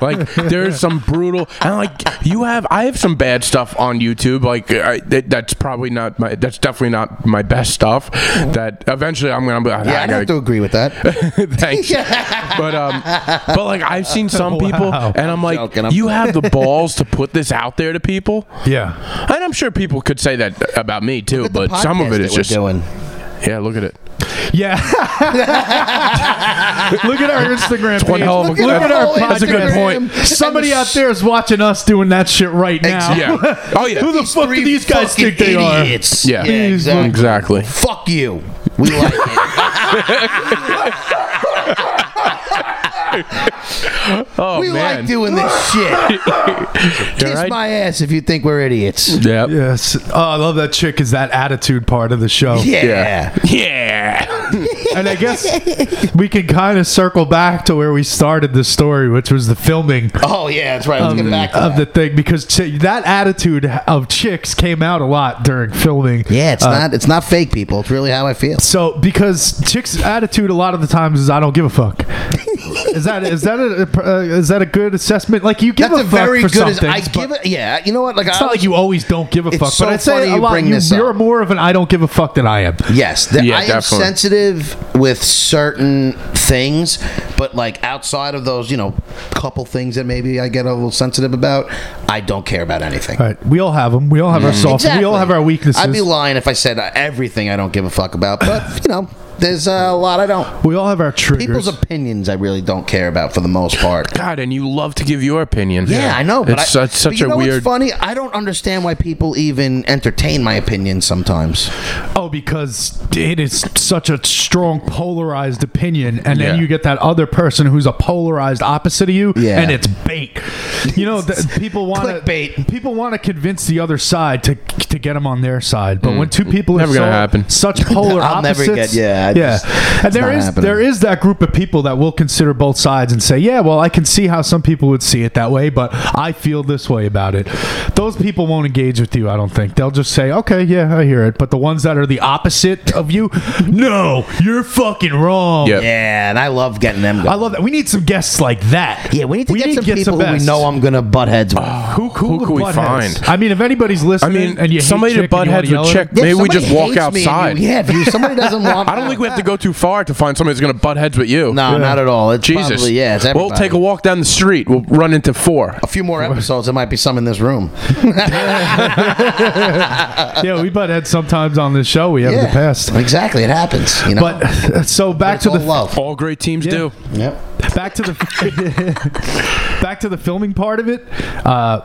[SPEAKER 1] like there's some brutal and like you have I have some bad stuff on YouTube. Like uh, I, that, that's probably not my that's definitely not my best stuff. That eventually I'm gonna be like,
[SPEAKER 4] yeah,
[SPEAKER 1] I
[SPEAKER 4] I'd
[SPEAKER 1] gotta
[SPEAKER 4] have to agree with that.
[SPEAKER 1] Thanks. But um, but like I've seen some people,
[SPEAKER 3] Wow.
[SPEAKER 1] and I'm like,
[SPEAKER 4] joking, I'm
[SPEAKER 1] you have the balls to put this out there to people,
[SPEAKER 3] Yeah.
[SPEAKER 1] and I'm sure people could say that about me too.
[SPEAKER 4] The
[SPEAKER 1] But some of
[SPEAKER 4] podcast
[SPEAKER 1] it
[SPEAKER 4] that
[SPEAKER 1] is
[SPEAKER 4] we're
[SPEAKER 1] just
[SPEAKER 4] doing.
[SPEAKER 1] yeah. Look at it.
[SPEAKER 3] Yeah. look at our Instagram
[SPEAKER 1] one
[SPEAKER 3] page.
[SPEAKER 1] hell of a-
[SPEAKER 3] look, at our
[SPEAKER 4] That's
[SPEAKER 1] a good
[SPEAKER 3] podcast.
[SPEAKER 1] point.
[SPEAKER 3] Somebody out there is watching us doing that shit right now.
[SPEAKER 1] Yeah. Oh
[SPEAKER 3] Who
[SPEAKER 1] yeah.
[SPEAKER 3] the fuck do these guys think they
[SPEAKER 4] idiots.
[SPEAKER 1] Yeah.
[SPEAKER 4] yeah, exactly.
[SPEAKER 1] Exactly.
[SPEAKER 4] Fuck you. We like it.
[SPEAKER 1] Oh
[SPEAKER 4] We
[SPEAKER 1] man.
[SPEAKER 4] like doing this shit. Kiss
[SPEAKER 1] right.
[SPEAKER 4] my ass if you think we're idiots.
[SPEAKER 1] Yep.
[SPEAKER 3] are? Yes. Oh, I love that chick is that attitude part of the show.
[SPEAKER 4] Yeah.
[SPEAKER 1] Yeah. Yeah.
[SPEAKER 3] And I guess we can kind of circle back to where we started the story, which was the filming
[SPEAKER 4] Oh yeah, that's right. Let's get back to
[SPEAKER 3] of the
[SPEAKER 4] that.
[SPEAKER 3] thing because ch- that attitude of chicks came out a lot during filming.
[SPEAKER 4] yeah, it's
[SPEAKER 3] Uh,
[SPEAKER 4] not it's not fake people. It's really how I feel.
[SPEAKER 3] So because chicks' attitude a lot of the times is I don't give a fuck. is that is that a uh, is that a good assessment? Like you give
[SPEAKER 4] That's
[SPEAKER 3] a, fuck
[SPEAKER 4] a very
[SPEAKER 3] for
[SPEAKER 4] good.
[SPEAKER 3] some
[SPEAKER 4] as- I
[SPEAKER 3] things,
[SPEAKER 4] give
[SPEAKER 3] but
[SPEAKER 4] it. Yeah, you know what? Like
[SPEAKER 3] It's
[SPEAKER 4] I
[SPEAKER 3] not like you always don't give a
[SPEAKER 4] It's
[SPEAKER 3] fuck,
[SPEAKER 4] so
[SPEAKER 3] but I'd say
[SPEAKER 4] funny
[SPEAKER 3] a
[SPEAKER 4] you
[SPEAKER 3] lot.
[SPEAKER 4] bring
[SPEAKER 3] You,
[SPEAKER 4] this up. Mm-hmm.
[SPEAKER 3] you're more of an I don't give a fuck than I am.
[SPEAKER 4] Yes, that
[SPEAKER 1] Yeah,
[SPEAKER 4] I am
[SPEAKER 1] definitely.
[SPEAKER 4] sensitive with certain things, but like outside of those, you know, couple things that maybe I get a little sensitive about, I don't care about anything.
[SPEAKER 3] All right, we all have them. We all have our soft. We all have our weaknesses.
[SPEAKER 4] Mm-hmm. I'd be lying if I said uh, everything I don't give a fuck about, but you know, there's uh, a lot I don't.
[SPEAKER 3] we all have our triggers.
[SPEAKER 4] People's opinions I really don't care about for the most part.
[SPEAKER 1] God, and you love to give your opinion.
[SPEAKER 4] Yeah, I know, but
[SPEAKER 1] it's, su-
[SPEAKER 4] I,
[SPEAKER 1] it's
[SPEAKER 4] but
[SPEAKER 1] such
[SPEAKER 4] you
[SPEAKER 1] a
[SPEAKER 4] know what's
[SPEAKER 1] weird.
[SPEAKER 4] funny, I don't understand why people even entertain my opinions sometimes.
[SPEAKER 3] Oh, because it is such a strong polarized opinion, and then
[SPEAKER 1] Yeah.
[SPEAKER 3] you get that other person who's a polarized opposite of you,
[SPEAKER 4] Yeah.
[SPEAKER 3] and it's bait. You know, th- people want to
[SPEAKER 4] Clickbait.
[SPEAKER 3] People want to convince the other side to to get them on their side, but
[SPEAKER 4] Mm.
[SPEAKER 3] when two people
[SPEAKER 1] Never
[SPEAKER 3] are
[SPEAKER 1] gonna
[SPEAKER 3] so-
[SPEAKER 1] happen.
[SPEAKER 3] such polar
[SPEAKER 4] I'll never
[SPEAKER 3] opposites,
[SPEAKER 4] get- yeah, I
[SPEAKER 3] yeah,
[SPEAKER 4] just-
[SPEAKER 3] and there
[SPEAKER 4] not
[SPEAKER 3] is
[SPEAKER 4] happening.
[SPEAKER 3] there is that group of people that will consider both sides and say, yeah, well, I can see how some people would see it that way, but I feel this way about it. Those people won't engage with you, I don't think. They'll just say, okay, yeah, I hear it. But the ones that are the opposite of you, no, you're fucking wrong.
[SPEAKER 1] Yep.
[SPEAKER 4] Yeah, and I love getting them. Going.
[SPEAKER 3] I love that. We need some guests like that.
[SPEAKER 4] Yeah, we need to get some people who we
[SPEAKER 3] best.
[SPEAKER 4] know I'm gonna butt heads with.
[SPEAKER 1] Ah,
[SPEAKER 3] Who,
[SPEAKER 1] Who
[SPEAKER 3] would
[SPEAKER 1] could we
[SPEAKER 3] butt heads?
[SPEAKER 1] find?
[SPEAKER 3] I mean, if anybody's
[SPEAKER 1] I
[SPEAKER 3] listening,
[SPEAKER 1] mean,
[SPEAKER 3] and you hate
[SPEAKER 1] somebody to
[SPEAKER 3] chick and
[SPEAKER 1] butt
[SPEAKER 3] you wanna
[SPEAKER 1] heads with
[SPEAKER 3] yell at
[SPEAKER 1] chick.
[SPEAKER 3] them-
[SPEAKER 4] Yeah, if
[SPEAKER 1] Maybe we
[SPEAKER 4] somebody
[SPEAKER 1] just walk
[SPEAKER 4] hates me and you-
[SPEAKER 1] outside.
[SPEAKER 4] yeah, if you, somebody doesn't want.
[SPEAKER 1] I don't think we have to go too far to find somebody who's going to butt heads with you.
[SPEAKER 4] No, not at all. It's
[SPEAKER 1] Jesus.
[SPEAKER 4] Probably, yeah, it's
[SPEAKER 1] we'll
[SPEAKER 4] everybody.
[SPEAKER 1] take a walk down the street. We'll run into four.
[SPEAKER 4] a few more episodes. There might be some in this room.
[SPEAKER 3] Yeah, we butt heads sometimes on this show. We have in the past.
[SPEAKER 4] exactly. It happens. You know,
[SPEAKER 3] But uh, so back
[SPEAKER 4] it's
[SPEAKER 3] to
[SPEAKER 4] all
[SPEAKER 3] the
[SPEAKER 4] love.
[SPEAKER 1] All great teams do.
[SPEAKER 4] Yep.
[SPEAKER 3] back to the back to the filming part of it uh,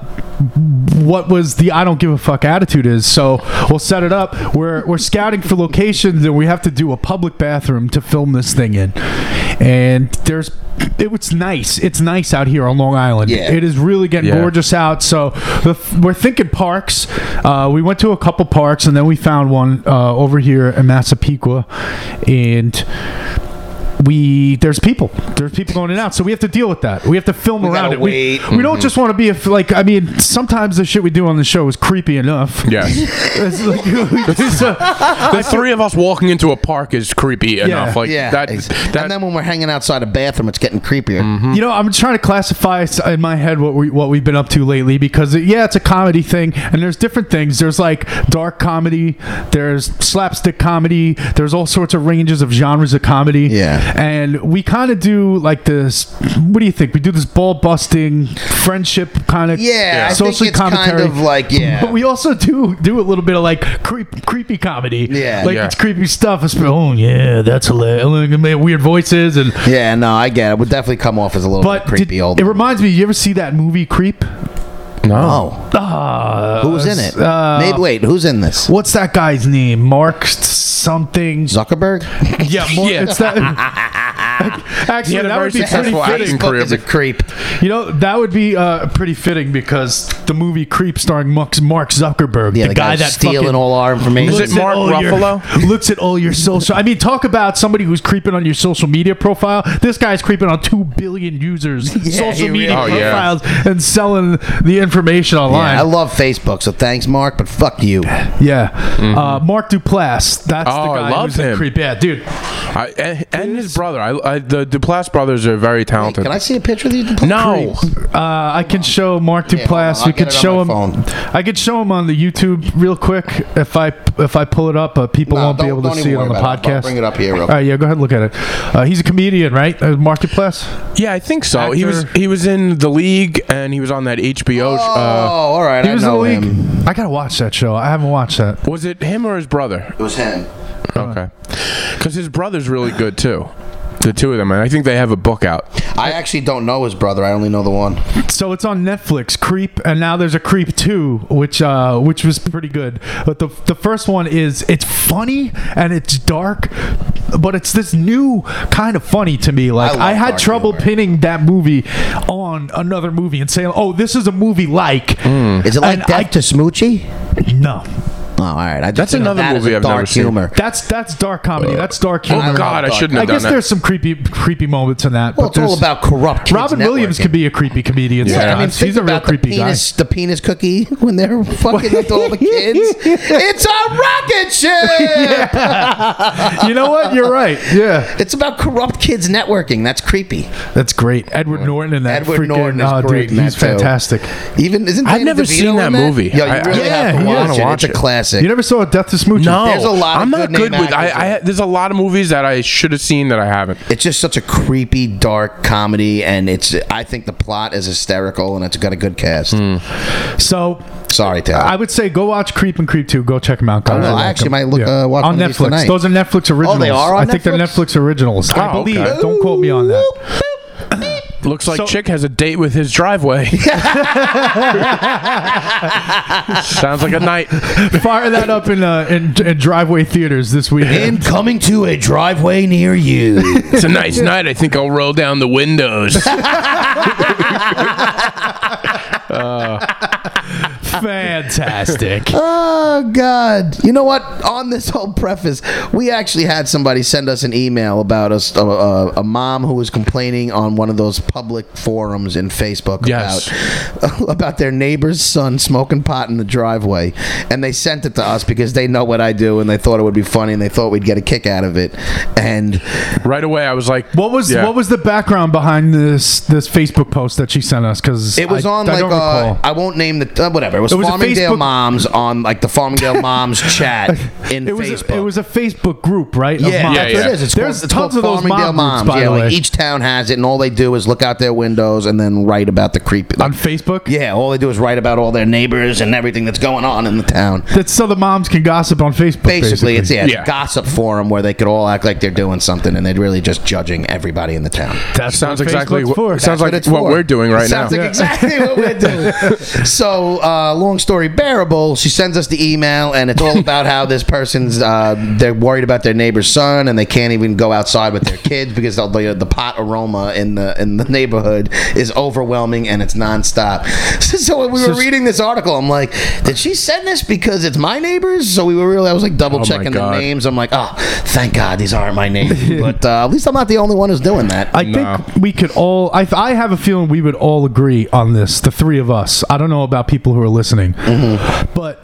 [SPEAKER 3] what was the i don't give a fuck attitude is so we'll set it up we're we're scouting for locations and we have to do a public bathroom to film this thing in and there's it was nice it's nice out here on long island
[SPEAKER 4] Yeah.
[SPEAKER 3] it is really getting
[SPEAKER 1] Yeah.
[SPEAKER 3] gorgeous out so the, we're thinking parks uh, we went to a couple parks and then we found one uh, over here in massapequa and we there's people there's people going in and out so we have to deal with that we have to film
[SPEAKER 4] We
[SPEAKER 3] around
[SPEAKER 4] gotta
[SPEAKER 3] it we,
[SPEAKER 4] wait. Mm-hmm.
[SPEAKER 3] we don't just want to be a f like i mean sometimes the shit we do on the show is creepy enough
[SPEAKER 1] Yes.
[SPEAKER 3] It's like- it's, uh,
[SPEAKER 1] the three of us walking into a park is creepy enough. Like
[SPEAKER 4] Yeah.
[SPEAKER 1] that.
[SPEAKER 4] ex-
[SPEAKER 1] that
[SPEAKER 4] and then when we're hanging outside a bathroom, it's getting creepier.
[SPEAKER 3] you know i'm trying to classify s- in my head what we what we've been up to lately because it, yeah it's a comedy thing and there's different things there's like dark comedy there's slapstick comedy there's all sorts of ranges of genres of comedy
[SPEAKER 4] Yeah.
[SPEAKER 3] and we kind of do like this what do you think we do this ball busting friendship kind of
[SPEAKER 4] Yeah, I think
[SPEAKER 3] social
[SPEAKER 4] it's kind
[SPEAKER 3] commentary
[SPEAKER 4] of like- yeah.
[SPEAKER 3] but we also do do a little bit of like creep, creepy comedy
[SPEAKER 4] Yeah.
[SPEAKER 3] like
[SPEAKER 1] Yeah.
[SPEAKER 3] it's creepy stuff it's oh yeah that's hilarious and they make weird voices and
[SPEAKER 4] Yeah, no, I get it. Would definitely come off as a little
[SPEAKER 3] but
[SPEAKER 4] bit creepy.
[SPEAKER 3] did-
[SPEAKER 4] old.
[SPEAKER 3] it reminds me. You ever see that movie Creep?
[SPEAKER 1] No.
[SPEAKER 4] Oh, who's in it?
[SPEAKER 3] uh,
[SPEAKER 4] Maybe wait, who's in this?
[SPEAKER 3] What's that guy's name? Mark something.
[SPEAKER 4] Zuckerberg.
[SPEAKER 3] Yeah, Mark.
[SPEAKER 1] Yeah.
[SPEAKER 3] It's that. Actually,
[SPEAKER 1] He had a
[SPEAKER 3] that
[SPEAKER 1] very
[SPEAKER 3] would be pretty
[SPEAKER 1] successful
[SPEAKER 3] fitting.
[SPEAKER 1] acting
[SPEAKER 4] Zuckerberg is a creep.
[SPEAKER 3] You know, that would be uh, pretty fitting because the movie Creep starring Mark Mark Zuckerberg,
[SPEAKER 4] Yeah,
[SPEAKER 3] the, guy,
[SPEAKER 4] that's
[SPEAKER 3] that
[SPEAKER 4] stealing
[SPEAKER 3] fucking
[SPEAKER 4] all our information.
[SPEAKER 1] Is it Mark
[SPEAKER 3] all your-
[SPEAKER 1] Ruffalo?
[SPEAKER 3] looks at all your social. I mean, talk about somebody who's creeping on your social media profile. This guy's creeping on two billion users'
[SPEAKER 4] he
[SPEAKER 3] social
[SPEAKER 4] really
[SPEAKER 3] media
[SPEAKER 1] is. Oh, yeah.
[SPEAKER 3] profiles and selling the information online.
[SPEAKER 4] Yeah, I love Facebook, so thanks, Mark, but fuck you.
[SPEAKER 3] Yeah. Uh, Mark Duplass. That's
[SPEAKER 1] Mm-hmm. Oh,
[SPEAKER 3] the
[SPEAKER 1] I
[SPEAKER 3] guy
[SPEAKER 1] love
[SPEAKER 3] who's the
[SPEAKER 1] him.
[SPEAKER 3] creep. Yeah, dude.
[SPEAKER 1] I, and, and his brother. I, I, the Duplass brothers are very talented.
[SPEAKER 4] Can I see a picture of these?
[SPEAKER 1] no.
[SPEAKER 3] Uh, I can show Mark
[SPEAKER 4] hold on,
[SPEAKER 3] Duplass.
[SPEAKER 4] I'll
[SPEAKER 3] we
[SPEAKER 4] get
[SPEAKER 3] could
[SPEAKER 4] it on
[SPEAKER 3] show
[SPEAKER 4] my
[SPEAKER 3] him.
[SPEAKER 4] phone.
[SPEAKER 3] I could show him on the YouTube real quick if I if I pull it up. But people
[SPEAKER 4] No,
[SPEAKER 3] won't be
[SPEAKER 4] don't-
[SPEAKER 3] able to
[SPEAKER 4] don't even
[SPEAKER 3] see it on the
[SPEAKER 4] worry about it. I'll
[SPEAKER 3] podcast.
[SPEAKER 4] bring it up here real
[SPEAKER 3] All right, yeah, go ahead and look at it. Uh, he's a comedian, right? Uh, Mark Duplass.
[SPEAKER 1] Yeah, I think so. He was
[SPEAKER 3] Actor.
[SPEAKER 1] he was in the league and he was on that HBO.
[SPEAKER 4] Oh,
[SPEAKER 1] sh- Uh,
[SPEAKER 4] all right.
[SPEAKER 3] He
[SPEAKER 4] I
[SPEAKER 3] was in the
[SPEAKER 4] know
[SPEAKER 3] league.
[SPEAKER 4] him.
[SPEAKER 3] I gotta watch that show. I haven't watched that.
[SPEAKER 1] was it him or his brother?
[SPEAKER 4] It was him.
[SPEAKER 1] Okay, because his brother's really good too. The two of them, and I think they have a book out.
[SPEAKER 4] I actually don't know his brother. I only know the one.
[SPEAKER 3] So it's on Netflix, Creep, and now there's a Creep 2, which uh, which was pretty good. But the the first one is it's funny and it's dark, but it's this new kind of funny to me. Like
[SPEAKER 4] I love
[SPEAKER 3] I, had
[SPEAKER 4] dark
[SPEAKER 3] trouble
[SPEAKER 4] humor.
[SPEAKER 3] pinning that movie on another movie and saying, "Oh, this is a movie like."
[SPEAKER 4] Is it like
[SPEAKER 3] And
[SPEAKER 4] Death
[SPEAKER 3] I-
[SPEAKER 4] to Smoochie?
[SPEAKER 3] No.
[SPEAKER 4] Oh, all right. I just
[SPEAKER 1] That's
[SPEAKER 4] think of
[SPEAKER 1] another
[SPEAKER 4] that as
[SPEAKER 1] movie
[SPEAKER 4] a
[SPEAKER 1] I've
[SPEAKER 4] dark
[SPEAKER 1] never seen.
[SPEAKER 4] humor.
[SPEAKER 3] That's that's dark comedy. That's dark
[SPEAKER 1] Oh
[SPEAKER 3] humor.
[SPEAKER 1] God, I shouldn't
[SPEAKER 3] I
[SPEAKER 1] have
[SPEAKER 3] guess
[SPEAKER 1] done
[SPEAKER 3] there's
[SPEAKER 1] that.
[SPEAKER 3] some creepy creepy moments in that.
[SPEAKER 4] Well,
[SPEAKER 3] but
[SPEAKER 4] it's all
[SPEAKER 3] there's-
[SPEAKER 4] about corrupt kids
[SPEAKER 3] Robin Williams
[SPEAKER 4] networking.
[SPEAKER 3] could be a creepy comedian.
[SPEAKER 1] Yeah,
[SPEAKER 4] I mean,
[SPEAKER 3] sometimes.
[SPEAKER 4] think
[SPEAKER 3] he's a real
[SPEAKER 4] about
[SPEAKER 3] creepy
[SPEAKER 4] the
[SPEAKER 3] guy.
[SPEAKER 4] penis, The penis cookie when they're fucking with all the kids. it's a rocket ship.
[SPEAKER 3] You know what? You're right. Yeah.
[SPEAKER 4] It's about corrupt kids networking. That's creepy.
[SPEAKER 3] That's great. Edward Norton and that
[SPEAKER 4] Edward
[SPEAKER 3] freaking,
[SPEAKER 4] Norton is
[SPEAKER 3] oh, dude,
[SPEAKER 4] great in
[SPEAKER 3] he's
[SPEAKER 4] that, too.
[SPEAKER 3] fantastic.
[SPEAKER 4] Even isn't
[SPEAKER 1] I've
[SPEAKER 4] Danny
[SPEAKER 1] never
[SPEAKER 4] DeVito
[SPEAKER 1] seen that
[SPEAKER 4] in
[SPEAKER 1] movie.
[SPEAKER 4] Yeah,
[SPEAKER 1] I-
[SPEAKER 4] you really
[SPEAKER 1] I-
[SPEAKER 3] Yeah,
[SPEAKER 4] have to
[SPEAKER 3] yeah. I
[SPEAKER 4] watch
[SPEAKER 3] wanna
[SPEAKER 4] it.
[SPEAKER 1] watch
[SPEAKER 4] it's
[SPEAKER 1] it.
[SPEAKER 4] a classic.
[SPEAKER 3] You never saw Death to Smoochie?
[SPEAKER 1] No,
[SPEAKER 4] There's a lot of
[SPEAKER 1] I'm not
[SPEAKER 4] good name
[SPEAKER 1] good with.
[SPEAKER 4] actors in
[SPEAKER 1] I, I
[SPEAKER 4] it.
[SPEAKER 1] there's a lot of movies that I should have seen that I haven't.
[SPEAKER 4] it's just such a creepy, dark comedy, and it's. I think the plot is hysterical, and it's got a good cast.
[SPEAKER 3] Hmm. So
[SPEAKER 4] Sorry, Taylor.
[SPEAKER 3] I would say go watch Creep and Creep 2. Go check them out, guys.
[SPEAKER 4] Oh, I
[SPEAKER 3] like
[SPEAKER 4] actually
[SPEAKER 3] 'em.
[SPEAKER 4] might look, uh, watch
[SPEAKER 3] on
[SPEAKER 4] one of these
[SPEAKER 3] Netflix.
[SPEAKER 4] tonight.
[SPEAKER 3] Those are Netflix originals.
[SPEAKER 4] Oh, they are on
[SPEAKER 3] I think they're
[SPEAKER 4] Netflix?
[SPEAKER 3] Netflix originals. I
[SPEAKER 1] Oh, okay.
[SPEAKER 3] believe. Don't quote me on that.
[SPEAKER 1] Looks like
[SPEAKER 3] So-
[SPEAKER 1] chick has a date with his driveway. Sounds like a night.
[SPEAKER 3] Fire that up in, uh, in in driveway theaters this weekend.
[SPEAKER 4] coming to a driveway near you.
[SPEAKER 1] It's a nice night. I think I'll roll down the windows.
[SPEAKER 3] Fantastic.
[SPEAKER 4] Oh God! You know what? On this whole preface, we actually had somebody send us an email about us a, a, a mom who was complaining on one of those public forums in Facebook
[SPEAKER 1] Yes.
[SPEAKER 4] about about their neighbor's son smoking pot in the driveway, and they sent it to us because they know what I do and they thought it would be funny and they thought we'd get a kick out of it. And
[SPEAKER 1] Right away, I was like,
[SPEAKER 3] What was
[SPEAKER 1] yeah.
[SPEAKER 3] what was the background behind this this Facebook post that she sent us? Because
[SPEAKER 4] it was
[SPEAKER 3] I,
[SPEAKER 4] on
[SPEAKER 3] I
[SPEAKER 4] like
[SPEAKER 3] don't
[SPEAKER 4] uh,
[SPEAKER 3] recall.
[SPEAKER 4] I won't name the uh, whatever. It was,
[SPEAKER 3] It was a
[SPEAKER 4] Farmingdale
[SPEAKER 3] Facebook-
[SPEAKER 4] moms on like the Farmingdale moms chat in
[SPEAKER 3] it was
[SPEAKER 4] Facebook.
[SPEAKER 3] A, it was a Facebook group, right? of moms.
[SPEAKER 1] yeah,
[SPEAKER 4] that's what
[SPEAKER 1] yeah.
[SPEAKER 4] it is. It's
[SPEAKER 3] There's
[SPEAKER 4] called, it's
[SPEAKER 3] tons
[SPEAKER 4] called
[SPEAKER 3] of those
[SPEAKER 4] Farmingdale
[SPEAKER 3] mom groups, by
[SPEAKER 4] yeah,
[SPEAKER 3] the
[SPEAKER 4] like
[SPEAKER 3] way.
[SPEAKER 4] each town has it, and all they do is look out their windows and then write about the creepy.
[SPEAKER 3] on Facebook.
[SPEAKER 4] yeah, all they do is write about all their neighbors and everything that's going on in the town.
[SPEAKER 3] That's so the moms can gossip on Facebook.
[SPEAKER 4] Basically, it's yeah, it's
[SPEAKER 1] Yeah.
[SPEAKER 4] a gossip forum where they could all act like they're doing something, and they're really just judging everybody in the town.
[SPEAKER 3] that
[SPEAKER 1] sounds exactly what,
[SPEAKER 3] for.
[SPEAKER 1] sounds like
[SPEAKER 4] it's
[SPEAKER 1] what
[SPEAKER 4] for.
[SPEAKER 1] we're doing right
[SPEAKER 4] Sounds
[SPEAKER 1] now.
[SPEAKER 4] like exactly what we're doing. So, uh, long story bearable. She sends us the email, and it's all about how this person's uh, they're worried about their neighbor's son, and they can't even go outside with their kids because the, the, the pot aroma in the in the neighborhood is overwhelming and it's nonstop. So when we were reading this article, I'm like, did she send this because it's my neighbors? So we were really, I was like double checking the
[SPEAKER 1] Oh God.
[SPEAKER 4] names. I'm like, oh, thank God these aren't my names, but uh, at least I'm not the only one who's doing that.
[SPEAKER 3] I think we could all. I, I have a feeling we would all agree on this. The three of us. I don't know about people who are listening,
[SPEAKER 4] Mm-hmm.
[SPEAKER 3] but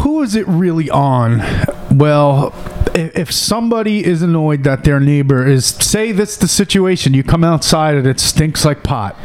[SPEAKER 3] who is it really on? Well, i- if somebody is annoyed that their neighbor is, say that's the situation. You come outside and it stinks like pot.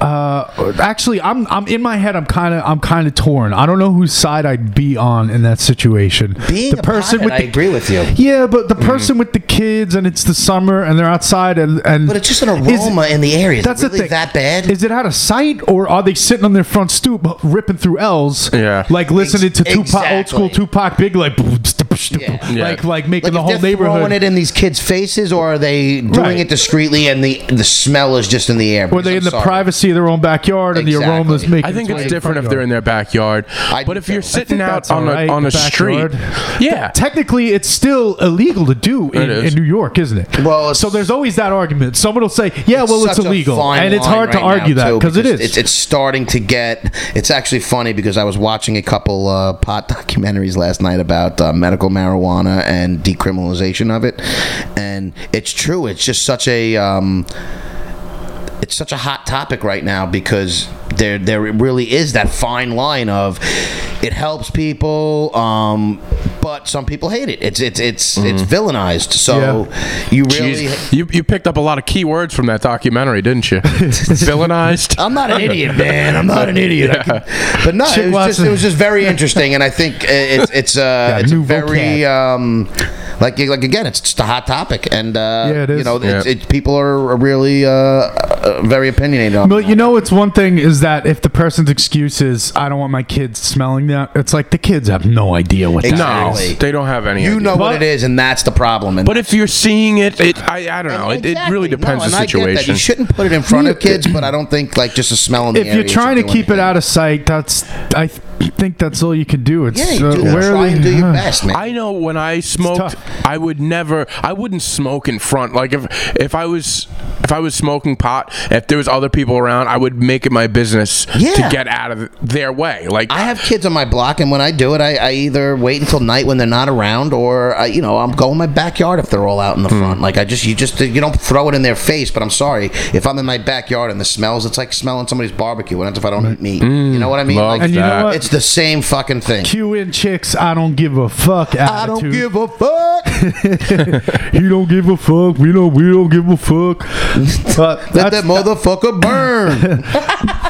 [SPEAKER 3] Uh, actually, I'm I'm in my head. I'm kind of I'm kind of torn. I don't know whose side I'd be on in that situation.
[SPEAKER 4] Being a pothead, I agree with you.
[SPEAKER 3] Yeah, but
[SPEAKER 1] Mm-hmm.
[SPEAKER 3] the person with the kids and it's the summer and they're outside and, and
[SPEAKER 4] But it's just an
[SPEAKER 3] Is it-
[SPEAKER 4] aroma in the area. Is
[SPEAKER 3] that's
[SPEAKER 4] that's it really
[SPEAKER 3] the thing.
[SPEAKER 4] that bad?
[SPEAKER 3] Is it out of sight or are they sitting on their front stoop ripping through L's?
[SPEAKER 1] Yeah.
[SPEAKER 3] like listening to Tupac, old
[SPEAKER 4] exactly.
[SPEAKER 3] school Tupac, big like. vegetable.
[SPEAKER 1] Yeah.
[SPEAKER 3] Like like making
[SPEAKER 4] Like
[SPEAKER 3] the
[SPEAKER 4] if
[SPEAKER 3] whole
[SPEAKER 4] they're throwing
[SPEAKER 3] neighborhood.
[SPEAKER 4] it in these kids' faces, or are they doing
[SPEAKER 3] Right.
[SPEAKER 4] it discreetly and the the smell is just in the air?
[SPEAKER 3] Were they
[SPEAKER 4] Because
[SPEAKER 3] in
[SPEAKER 4] I'm
[SPEAKER 3] the
[SPEAKER 4] sorry.
[SPEAKER 3] privacy of their own backyard and the
[SPEAKER 4] Exactly.
[SPEAKER 3] aromas making?
[SPEAKER 1] I think
[SPEAKER 3] its way
[SPEAKER 1] it's
[SPEAKER 3] in
[SPEAKER 1] different
[SPEAKER 3] front
[SPEAKER 1] if they're
[SPEAKER 3] yard?
[SPEAKER 1] in their backyard. but
[SPEAKER 4] do
[SPEAKER 1] if you're
[SPEAKER 4] so.
[SPEAKER 1] sitting
[SPEAKER 3] think
[SPEAKER 1] out
[SPEAKER 3] that's
[SPEAKER 1] on
[SPEAKER 3] all
[SPEAKER 1] a
[SPEAKER 3] right,
[SPEAKER 1] on a
[SPEAKER 3] the
[SPEAKER 1] street,
[SPEAKER 3] backyard.
[SPEAKER 1] yeah,
[SPEAKER 3] Technically, it's still illegal to do in,
[SPEAKER 1] is.
[SPEAKER 3] in New York, isn't it?
[SPEAKER 4] Well, it's-
[SPEAKER 3] so there's always that argument. Someone will say, "Yeah, well, it's
[SPEAKER 4] such a
[SPEAKER 3] illegal,"
[SPEAKER 4] fine
[SPEAKER 3] and it's
[SPEAKER 4] line
[SPEAKER 3] hard to
[SPEAKER 4] right now,
[SPEAKER 3] argue that
[SPEAKER 4] too,
[SPEAKER 3] because it is.
[SPEAKER 4] It's, it's starting to get. It's actually funny because I was watching a couple uh, pot documentaries last night about uh, medical marijuana and decriminalization of it, and it's true. It's just such a. Um, it's such a hot topic right now because there there really is that fine line of it helps people, um, but some people hate it. It's it's it's it's
[SPEAKER 3] Mm-hmm.
[SPEAKER 4] villainized. So you really.
[SPEAKER 1] Jeez. You, you picked up a lot of key words from that documentary, didn't you? Villainized.
[SPEAKER 4] I'm not an idiot, man. I'm not an idiot. I can- But no,
[SPEAKER 3] Chick
[SPEAKER 4] it was, just,
[SPEAKER 3] Watson.
[SPEAKER 4] it was just very interesting, and I think i- it's it's uh, it's a
[SPEAKER 3] new
[SPEAKER 4] very
[SPEAKER 3] vocab.
[SPEAKER 4] um, like like again, it's just a hot topic, and uh,
[SPEAKER 3] Yeah, it is.
[SPEAKER 4] you know, it's,
[SPEAKER 1] Yeah.
[SPEAKER 4] it's, people are really uh, uh, very opinionated. On
[SPEAKER 3] But you know, it's one thing is that if the person's excuse is, "I don't want my kids smelling that," it's like the kids have no idea what that is.
[SPEAKER 1] No,
[SPEAKER 4] Exactly.
[SPEAKER 1] they don't have any.
[SPEAKER 4] you
[SPEAKER 1] idea.
[SPEAKER 4] know what
[SPEAKER 3] But-
[SPEAKER 4] it is, and that's the problem. And
[SPEAKER 1] But if you're seeing it, it I, I don't know. It, it
[SPEAKER 4] Exactly.
[SPEAKER 1] really depends
[SPEAKER 4] no,
[SPEAKER 1] the
[SPEAKER 4] and I get that.
[SPEAKER 1] situation.
[SPEAKER 4] You shouldn't put it in front of
[SPEAKER 3] You-
[SPEAKER 4] kids, but I don't think like just a smell in the
[SPEAKER 3] If
[SPEAKER 4] area
[SPEAKER 3] you're trying to
[SPEAKER 4] should do
[SPEAKER 3] keep it
[SPEAKER 4] anything.
[SPEAKER 3] out of sight, that's I th- think that's all you can do. It's
[SPEAKER 4] yeah, you
[SPEAKER 3] uh,
[SPEAKER 4] do,
[SPEAKER 3] where
[SPEAKER 4] try
[SPEAKER 3] are they?
[SPEAKER 4] and do your best, man.
[SPEAKER 1] I know when I smoked,
[SPEAKER 3] tough.
[SPEAKER 1] I would never, I wouldn't smoke in front. Like if if I was if I was smoking pot, if there was other people around, I would make it my business
[SPEAKER 4] Yeah.
[SPEAKER 1] to get out of their way. Like
[SPEAKER 4] I have kids on my block, and when I do it, I, I either wait until night when they're not around, or I, you know, I'm going my backyard if they're all out
[SPEAKER 1] Hmm.
[SPEAKER 4] in the front. Like I just, you just, you don't throw it in their face. But I'm sorry if I'm in my backyard and the smells, it's like smelling somebody's barbecue. And that's if I don't eat meat. You know what I mean?
[SPEAKER 1] Love
[SPEAKER 4] Like,
[SPEAKER 3] And you know
[SPEAKER 1] that.
[SPEAKER 3] what?
[SPEAKER 4] it's the same fucking thing.
[SPEAKER 3] Cue in chicks. I don't give a fuck. Attitude.
[SPEAKER 4] I don't give a fuck.
[SPEAKER 3] He don't give a fuck. We don't. We don't give a fuck. But
[SPEAKER 4] Let
[SPEAKER 3] that's-
[SPEAKER 4] that motherfucker burn.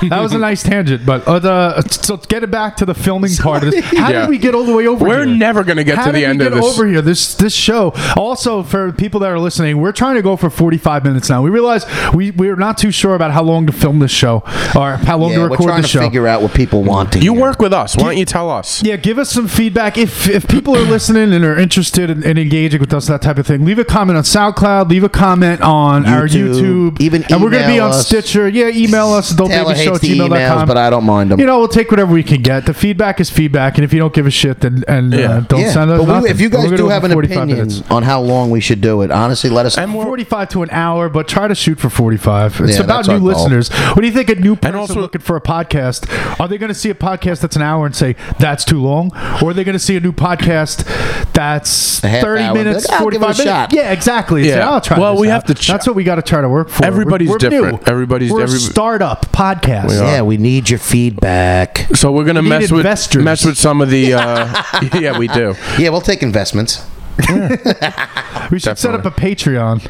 [SPEAKER 3] that was a nice tangent. But uh, the, so let's get it back to the filming part of this. How
[SPEAKER 1] Yeah.
[SPEAKER 3] did we get all the way over?
[SPEAKER 1] We're
[SPEAKER 3] here?
[SPEAKER 1] never gonna get
[SPEAKER 3] How
[SPEAKER 1] to the
[SPEAKER 3] did we
[SPEAKER 1] end of
[SPEAKER 3] get
[SPEAKER 1] this.
[SPEAKER 3] Over here, this this show. Also, for people that are listening, we're trying to go for forty five minutes now. We realize we we're not too sure about how long to film this show or how long
[SPEAKER 4] yeah,
[SPEAKER 3] to
[SPEAKER 4] we're
[SPEAKER 3] record
[SPEAKER 4] trying
[SPEAKER 3] the
[SPEAKER 4] to
[SPEAKER 3] show.
[SPEAKER 4] figure out what people want to.
[SPEAKER 1] you
[SPEAKER 4] hear.
[SPEAKER 1] work with us. Why don't you tell us?
[SPEAKER 3] Yeah, give us some feedback if if people are listening and are interested in, in engaging with us, that type of thing. Leave a comment on SoundCloud. Leave a comment on our
[SPEAKER 4] YouTube,
[SPEAKER 3] YouTube.
[SPEAKER 4] even
[SPEAKER 3] and we're gonna be
[SPEAKER 4] email
[SPEAKER 3] on
[SPEAKER 4] us.
[SPEAKER 3] Stitcher. Yeah, email us. Don't
[SPEAKER 4] Taylor
[SPEAKER 3] baby show
[SPEAKER 4] hates the emails, but I don't mind them.
[SPEAKER 3] You know, we'll take whatever we can get. The feedback is feedback, and if you don't give a shit, then and
[SPEAKER 1] Yeah.
[SPEAKER 3] uh, don't
[SPEAKER 4] yeah,
[SPEAKER 3] send us.
[SPEAKER 4] but we,
[SPEAKER 3] nothing.
[SPEAKER 4] if you
[SPEAKER 3] But we're
[SPEAKER 4] guys
[SPEAKER 3] gonna
[SPEAKER 4] do
[SPEAKER 3] go
[SPEAKER 4] have
[SPEAKER 3] for
[SPEAKER 4] an
[SPEAKER 3] 45
[SPEAKER 4] opinion
[SPEAKER 3] minutes.
[SPEAKER 4] on how long we should do it, honestly, let us.
[SPEAKER 1] And we're,
[SPEAKER 3] Forty-five to an hour, but try to shoot for forty-five. It's
[SPEAKER 4] Yeah,
[SPEAKER 3] about
[SPEAKER 4] that's our
[SPEAKER 3] new
[SPEAKER 4] goal.
[SPEAKER 3] listeners. What do you think? A new person
[SPEAKER 1] also-
[SPEAKER 3] looking for a podcast, are they going to see a podcast that's an hour and say that's too long, or are they going to see a new podcast that's
[SPEAKER 4] A half
[SPEAKER 3] thirty
[SPEAKER 4] hour,
[SPEAKER 3] minutes,
[SPEAKER 4] like, I'll give it a
[SPEAKER 3] forty-five
[SPEAKER 4] shot.
[SPEAKER 3] minutes? Yeah, exactly. It's
[SPEAKER 1] Yeah.
[SPEAKER 3] like, I'll try
[SPEAKER 1] Well,
[SPEAKER 3] this
[SPEAKER 1] we
[SPEAKER 3] out.
[SPEAKER 1] have to ch-
[SPEAKER 3] that's what we got to try to work for. We're-
[SPEAKER 1] Everybody's
[SPEAKER 3] we're new.
[SPEAKER 1] different. Everybody's-
[SPEAKER 3] we're a
[SPEAKER 1] every-
[SPEAKER 3] startup podcast.
[SPEAKER 1] We are.
[SPEAKER 4] yeah, we need your feedback.
[SPEAKER 1] so we're gonna
[SPEAKER 3] need
[SPEAKER 1] mess with
[SPEAKER 3] investors.
[SPEAKER 1] mess with some of the. Uh, yeah, we do.
[SPEAKER 4] Yeah, we'll take investments.
[SPEAKER 3] We should set up a Patreon.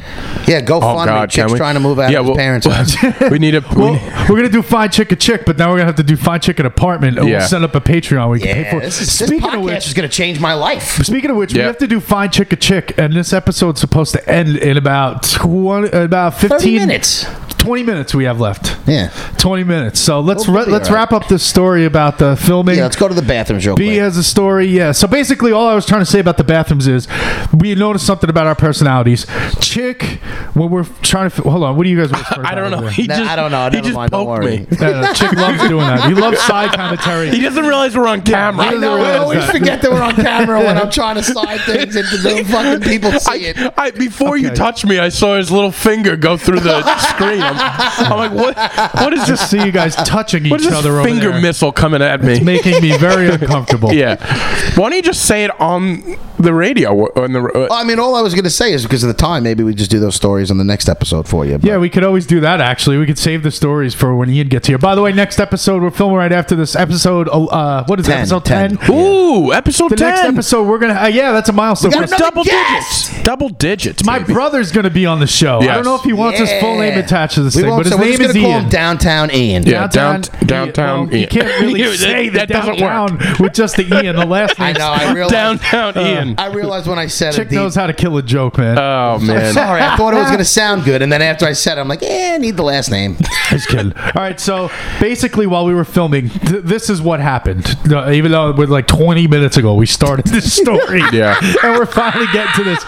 [SPEAKER 4] Yeah, go
[SPEAKER 1] Oh
[SPEAKER 4] fund
[SPEAKER 1] God,
[SPEAKER 4] me. Chick's
[SPEAKER 1] can we?
[SPEAKER 4] trying to move out of his
[SPEAKER 1] well-
[SPEAKER 4] parents' house.
[SPEAKER 1] we need a. we
[SPEAKER 3] Well,
[SPEAKER 1] need-
[SPEAKER 3] we're gonna do fine chick a chick, but now we're gonna have to do fine chick an apartment. and
[SPEAKER 1] Yeah.
[SPEAKER 3] We'll set up a Patreon. We can pay
[SPEAKER 4] Yeah,
[SPEAKER 3] for.
[SPEAKER 4] this, is, this
[SPEAKER 3] Speaking
[SPEAKER 4] podcast
[SPEAKER 3] of which,
[SPEAKER 4] is going to change my life.
[SPEAKER 3] Speaking of which,
[SPEAKER 1] Yeah.
[SPEAKER 3] we have to do Fine Chick a Chick, and this episode's supposed to end in about 20, about 15
[SPEAKER 4] Thirty minutes.
[SPEAKER 3] 20 minutes we have left.
[SPEAKER 4] Yeah.
[SPEAKER 3] 20 minutes. So let's
[SPEAKER 4] We'll
[SPEAKER 3] ra-
[SPEAKER 4] be
[SPEAKER 3] let's
[SPEAKER 4] all right.
[SPEAKER 3] wrap up this story about the filming.
[SPEAKER 4] Yeah, let's go to the bathrooms real
[SPEAKER 3] B
[SPEAKER 4] quick.
[SPEAKER 3] has a story, yeah. So basically, all I was trying to say about the bathrooms is we noticed something about our personalities. Chick, when we're trying to, fi- hold on, what do you guys? whispering
[SPEAKER 1] I don't
[SPEAKER 3] about
[SPEAKER 1] know.
[SPEAKER 3] over
[SPEAKER 1] He
[SPEAKER 4] Nah,
[SPEAKER 1] just,
[SPEAKER 4] I don't know.
[SPEAKER 1] He
[SPEAKER 4] Never
[SPEAKER 1] just
[SPEAKER 4] mind, don't
[SPEAKER 1] poked
[SPEAKER 4] worry.
[SPEAKER 1] me.
[SPEAKER 3] there? No, no, Uh, Chick loves doing that. He loves side commentary.
[SPEAKER 1] He doesn't realize we're on camera.
[SPEAKER 4] I know.
[SPEAKER 3] Neither
[SPEAKER 4] I
[SPEAKER 3] is
[SPEAKER 4] always
[SPEAKER 3] that.
[SPEAKER 4] forget that we're on camera when I'm trying to slide things into the fucking people see it.
[SPEAKER 1] I, I, before you
[SPEAKER 3] Okay.
[SPEAKER 1] touched me, I saw his little finger go through the screen. I'm, I'm like, what? What is this?
[SPEAKER 3] Just see you guys touching
[SPEAKER 1] What
[SPEAKER 3] each
[SPEAKER 1] is this
[SPEAKER 3] other over
[SPEAKER 1] finger
[SPEAKER 3] there.
[SPEAKER 1] missile coming at me?
[SPEAKER 3] making me very uncomfortable.
[SPEAKER 1] yeah. Why don't you just say it on the radio? or On the uh,
[SPEAKER 4] I mean, all I was going to say is because of the time, maybe we just do those stories on the next episode for you. but-
[SPEAKER 3] Yeah, we could always do that. Actually, we could save the stories for when Ian gets here. By the way, next episode we're filming right after this episode. Uh, what is it?
[SPEAKER 4] Ten,
[SPEAKER 3] Episode
[SPEAKER 4] ten.
[SPEAKER 3] ten.
[SPEAKER 1] ooh, episode
[SPEAKER 3] The
[SPEAKER 1] ten.
[SPEAKER 3] next episode we're gonna. Uh, yeah, that's a milestone.
[SPEAKER 4] We got
[SPEAKER 3] We're
[SPEAKER 4] another
[SPEAKER 3] double-
[SPEAKER 1] double
[SPEAKER 4] Yes!
[SPEAKER 1] digits. Double digits.
[SPEAKER 3] My
[SPEAKER 1] baby.
[SPEAKER 3] brother's gonna be on the show. I
[SPEAKER 1] Yes.
[SPEAKER 3] don't know if he wants his full name
[SPEAKER 4] Yeah.
[SPEAKER 3] attached to this
[SPEAKER 4] We
[SPEAKER 3] thing,
[SPEAKER 4] won't-
[SPEAKER 3] but his
[SPEAKER 4] so we're
[SPEAKER 3] name
[SPEAKER 4] just gonna
[SPEAKER 3] is
[SPEAKER 4] call him
[SPEAKER 3] Ian.
[SPEAKER 4] Downtown Ian.
[SPEAKER 1] Yeah, down- downtown
[SPEAKER 3] Well, you
[SPEAKER 1] Ian.
[SPEAKER 3] can't really
[SPEAKER 1] You- that-
[SPEAKER 3] say the
[SPEAKER 1] that doesn't work.
[SPEAKER 3] downtown with just the Ian. The last
[SPEAKER 4] I
[SPEAKER 3] name.
[SPEAKER 4] know. I realized.
[SPEAKER 1] downtown Ian.
[SPEAKER 4] I realized when I said
[SPEAKER 3] Chick
[SPEAKER 4] it. the- Uh,
[SPEAKER 3] knows how to kill a joke, man.
[SPEAKER 1] oh man.
[SPEAKER 4] Sorry, I thought it was going to sound good, and then after I said, it, I'm like, eh, I need the last name.
[SPEAKER 3] Just kidding. All right, so basically, while we were filming, th- this is what happened. Uh, even though it was like 20 minutes ago, we started this story.
[SPEAKER 1] Yeah.
[SPEAKER 3] And we're finally getting to this.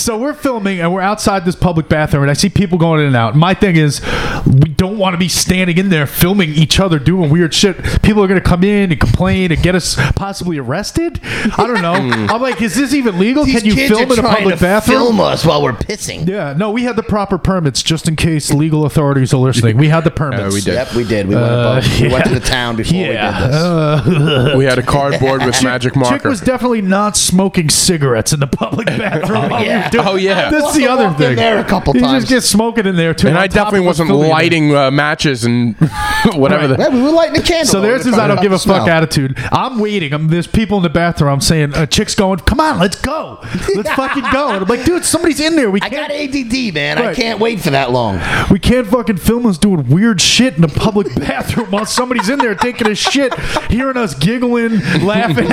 [SPEAKER 3] So we're filming and we're outside this public bathroom, and I see people going in and out. My thing is, we don't want to be standing in there filming each other doing weird shit. People are going to come in and complain and get us possibly arrested. I don't
[SPEAKER 1] Hmm.
[SPEAKER 3] know. I'm like, is this even legal?
[SPEAKER 4] These
[SPEAKER 3] Can you
[SPEAKER 4] kids
[SPEAKER 3] film
[SPEAKER 4] are
[SPEAKER 3] in a
[SPEAKER 4] trying
[SPEAKER 3] public
[SPEAKER 4] to
[SPEAKER 3] bathroom?
[SPEAKER 4] Film us while we're pissing.
[SPEAKER 3] Yeah, no, we had the proper permits just in case legal authorities are listening. We had the permits.
[SPEAKER 1] Yeah, we did.
[SPEAKER 4] Yep, we did. We, went,
[SPEAKER 3] Uh,
[SPEAKER 4] above. we went to the town before we did this.
[SPEAKER 1] We had a cardboard with magic
[SPEAKER 3] Chick
[SPEAKER 1] marker.
[SPEAKER 3] was definitely not smoking cigarettes in the public bathroom. while we were
[SPEAKER 4] yeah.
[SPEAKER 3] doing-
[SPEAKER 1] Oh, yeah.
[SPEAKER 3] that's the
[SPEAKER 4] Walked
[SPEAKER 3] other
[SPEAKER 4] in
[SPEAKER 3] thing.
[SPEAKER 4] there a couple
[SPEAKER 3] you
[SPEAKER 4] times.
[SPEAKER 3] just get smoking in there too.
[SPEAKER 1] and
[SPEAKER 3] on
[SPEAKER 1] I
[SPEAKER 3] top
[SPEAKER 1] definitely
[SPEAKER 3] of
[SPEAKER 1] wasn't
[SPEAKER 3] filming it.
[SPEAKER 1] lighting uh, matches and whatever.
[SPEAKER 4] yeah,
[SPEAKER 1] The,
[SPEAKER 4] we were lighting a candle.
[SPEAKER 3] So there's
[SPEAKER 4] We were
[SPEAKER 3] his I
[SPEAKER 4] trying
[SPEAKER 3] don't
[SPEAKER 4] to
[SPEAKER 3] give a
[SPEAKER 4] smell.
[SPEAKER 3] fuck attitude. I'm waiting. I'm there's people in the bathroom. I'm saying, uh, chick's going. Come on, let's go. Let's fucking go. And I'm like, dude, somebody's in there. We
[SPEAKER 4] I got
[SPEAKER 3] can't.
[SPEAKER 4] ADD, man. I
[SPEAKER 3] Right.
[SPEAKER 4] can't wait for that long.
[SPEAKER 3] We can't fucking film us doing weird shit in a public bathroom while somebody's in there taking a shit, hearing us giggling, laughing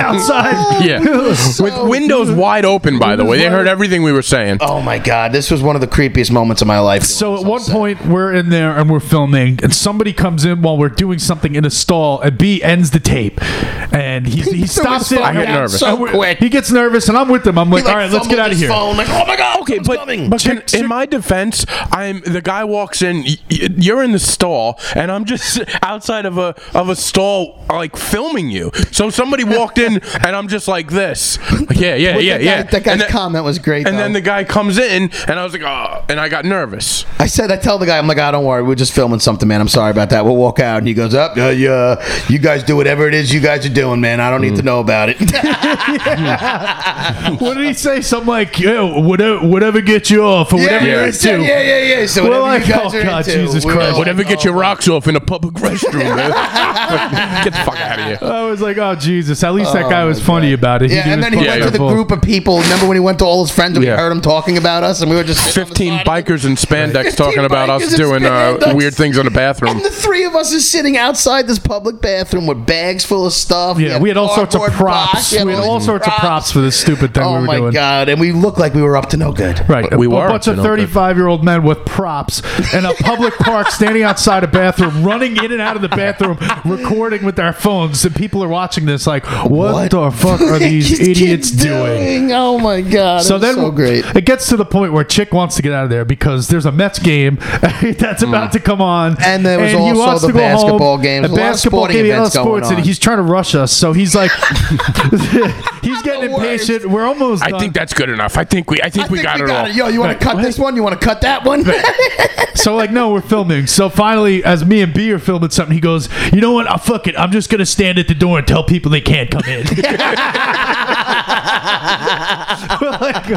[SPEAKER 3] outside.
[SPEAKER 1] yeah, with windows wide open. By the way, they heard everything we were saying.
[SPEAKER 4] Oh my god, this was one of the creepiest moments of my life.
[SPEAKER 3] So at one point we're in there and we're filming, and somebody comes in while we're doing something in a stall, and B ends the tape, and he, he stops it.
[SPEAKER 1] I get nervous.
[SPEAKER 4] So
[SPEAKER 3] And we're-
[SPEAKER 4] quick.
[SPEAKER 3] He gets nervous, and I'm with him. I'm like,
[SPEAKER 4] He, like,
[SPEAKER 3] all right, let's get
[SPEAKER 4] fumbled
[SPEAKER 3] out of
[SPEAKER 4] his
[SPEAKER 3] here.
[SPEAKER 4] Phone, like, oh my god, okay,
[SPEAKER 1] but,
[SPEAKER 4] coming.
[SPEAKER 1] but in,
[SPEAKER 3] Chick- chick-
[SPEAKER 1] in my defense, I'm the guy walks in. Y- y- you're in the stall, and I'm just outside of a of a stall, like filming you. So somebody walked in, and I'm just like this. Like, yeah, yeah,
[SPEAKER 4] But
[SPEAKER 1] yeah,
[SPEAKER 4] that guy-
[SPEAKER 1] yeah.
[SPEAKER 4] that guy's
[SPEAKER 1] And then-
[SPEAKER 4] comment was great,
[SPEAKER 1] And then
[SPEAKER 4] though.
[SPEAKER 1] the guy comes in, and I was like, oh, and I got nervous.
[SPEAKER 4] I said, I tell the guy, I'm like, oh, don't worry, we're just filming something, man. I'm sorry about that. We'll walk out, and he goes up. Uh, yeah, you guys do whatever it is you guys are doing, man. I don't
[SPEAKER 3] Mm.
[SPEAKER 4] need to know about it.
[SPEAKER 3] What did he say? Something like, yo, whatever, whatever gets you off, or whatever
[SPEAKER 1] Yeah.
[SPEAKER 3] you're
[SPEAKER 4] He said,
[SPEAKER 3] into.
[SPEAKER 4] yeah, yeah, yeah. So
[SPEAKER 3] We're
[SPEAKER 4] whatever
[SPEAKER 3] like,
[SPEAKER 4] you guys
[SPEAKER 3] oh,
[SPEAKER 4] are
[SPEAKER 3] God,
[SPEAKER 4] into,
[SPEAKER 3] Jesus
[SPEAKER 4] we're
[SPEAKER 3] Christ.
[SPEAKER 4] like,
[SPEAKER 1] Whatever gets
[SPEAKER 4] oh,
[SPEAKER 1] your rocks off in a public restroom, man. Get the fuck out of here.
[SPEAKER 3] I was like, oh Jesus! At least that guy was funny about it.
[SPEAKER 4] Yeah, and then he
[SPEAKER 3] was
[SPEAKER 4] went to the
[SPEAKER 3] wonderful.
[SPEAKER 4] group of people. Remember when he went to all his friends and
[SPEAKER 1] Yeah.
[SPEAKER 4] we heard him talking about us, and we were just sitting on the
[SPEAKER 1] 15
[SPEAKER 4] side of the-
[SPEAKER 1] bikers in spandex
[SPEAKER 4] 15
[SPEAKER 1] talking about
[SPEAKER 4] bikers
[SPEAKER 1] us
[SPEAKER 4] in
[SPEAKER 1] doing uh,
[SPEAKER 4] spandex.
[SPEAKER 1] weird things in the bathroom.
[SPEAKER 4] And the three of us is sitting outside this public bathroom with bags full of stuff.
[SPEAKER 3] Yeah, we had all sorts of
[SPEAKER 4] cardboard
[SPEAKER 3] props.
[SPEAKER 4] box.
[SPEAKER 3] We had all
[SPEAKER 4] these
[SPEAKER 3] sorts of props for this stupid thing
[SPEAKER 4] Oh
[SPEAKER 3] we were
[SPEAKER 4] my
[SPEAKER 3] doing.
[SPEAKER 4] god! And we looked like we were up to no good.
[SPEAKER 3] Right,
[SPEAKER 1] We
[SPEAKER 3] a,
[SPEAKER 1] were
[SPEAKER 3] a bunch
[SPEAKER 1] up to no
[SPEAKER 3] of
[SPEAKER 1] good.
[SPEAKER 3] thirty-five-year-old men with props in a public park, standing outside a bathroom, running in and out of the bathroom, recording with our phones, and people are watching this like, "What, the fuck are these idiots doing?
[SPEAKER 4] Oh my god!
[SPEAKER 3] So then
[SPEAKER 4] so great.
[SPEAKER 3] it gets to the point where Chick wants to get out of there because there's a Mets game that's about to come on,
[SPEAKER 4] Mm. And there was also the
[SPEAKER 3] go home,
[SPEAKER 4] basketball games,
[SPEAKER 3] a
[SPEAKER 4] a lot of
[SPEAKER 3] basketball
[SPEAKER 4] sporting
[SPEAKER 3] game, a lot of
[SPEAKER 4] events going
[SPEAKER 3] sports, and
[SPEAKER 4] on.
[SPEAKER 3] he's trying to rush us. So he's like, he's getting
[SPEAKER 4] The worst.
[SPEAKER 3] impatient. We're almost.
[SPEAKER 1] I
[SPEAKER 3] done.
[SPEAKER 1] think that's good enough. I think we I think we got it all.
[SPEAKER 4] Yo, you want
[SPEAKER 3] Right,
[SPEAKER 4] to cut
[SPEAKER 3] what?
[SPEAKER 4] this one? You want to cut that one?
[SPEAKER 3] So like, no, we're filming. So finally, as me and B are filming something, he goes, "You know what? I fuck it. I'm just gonna stand at the door and tell people they can't come in." We're like,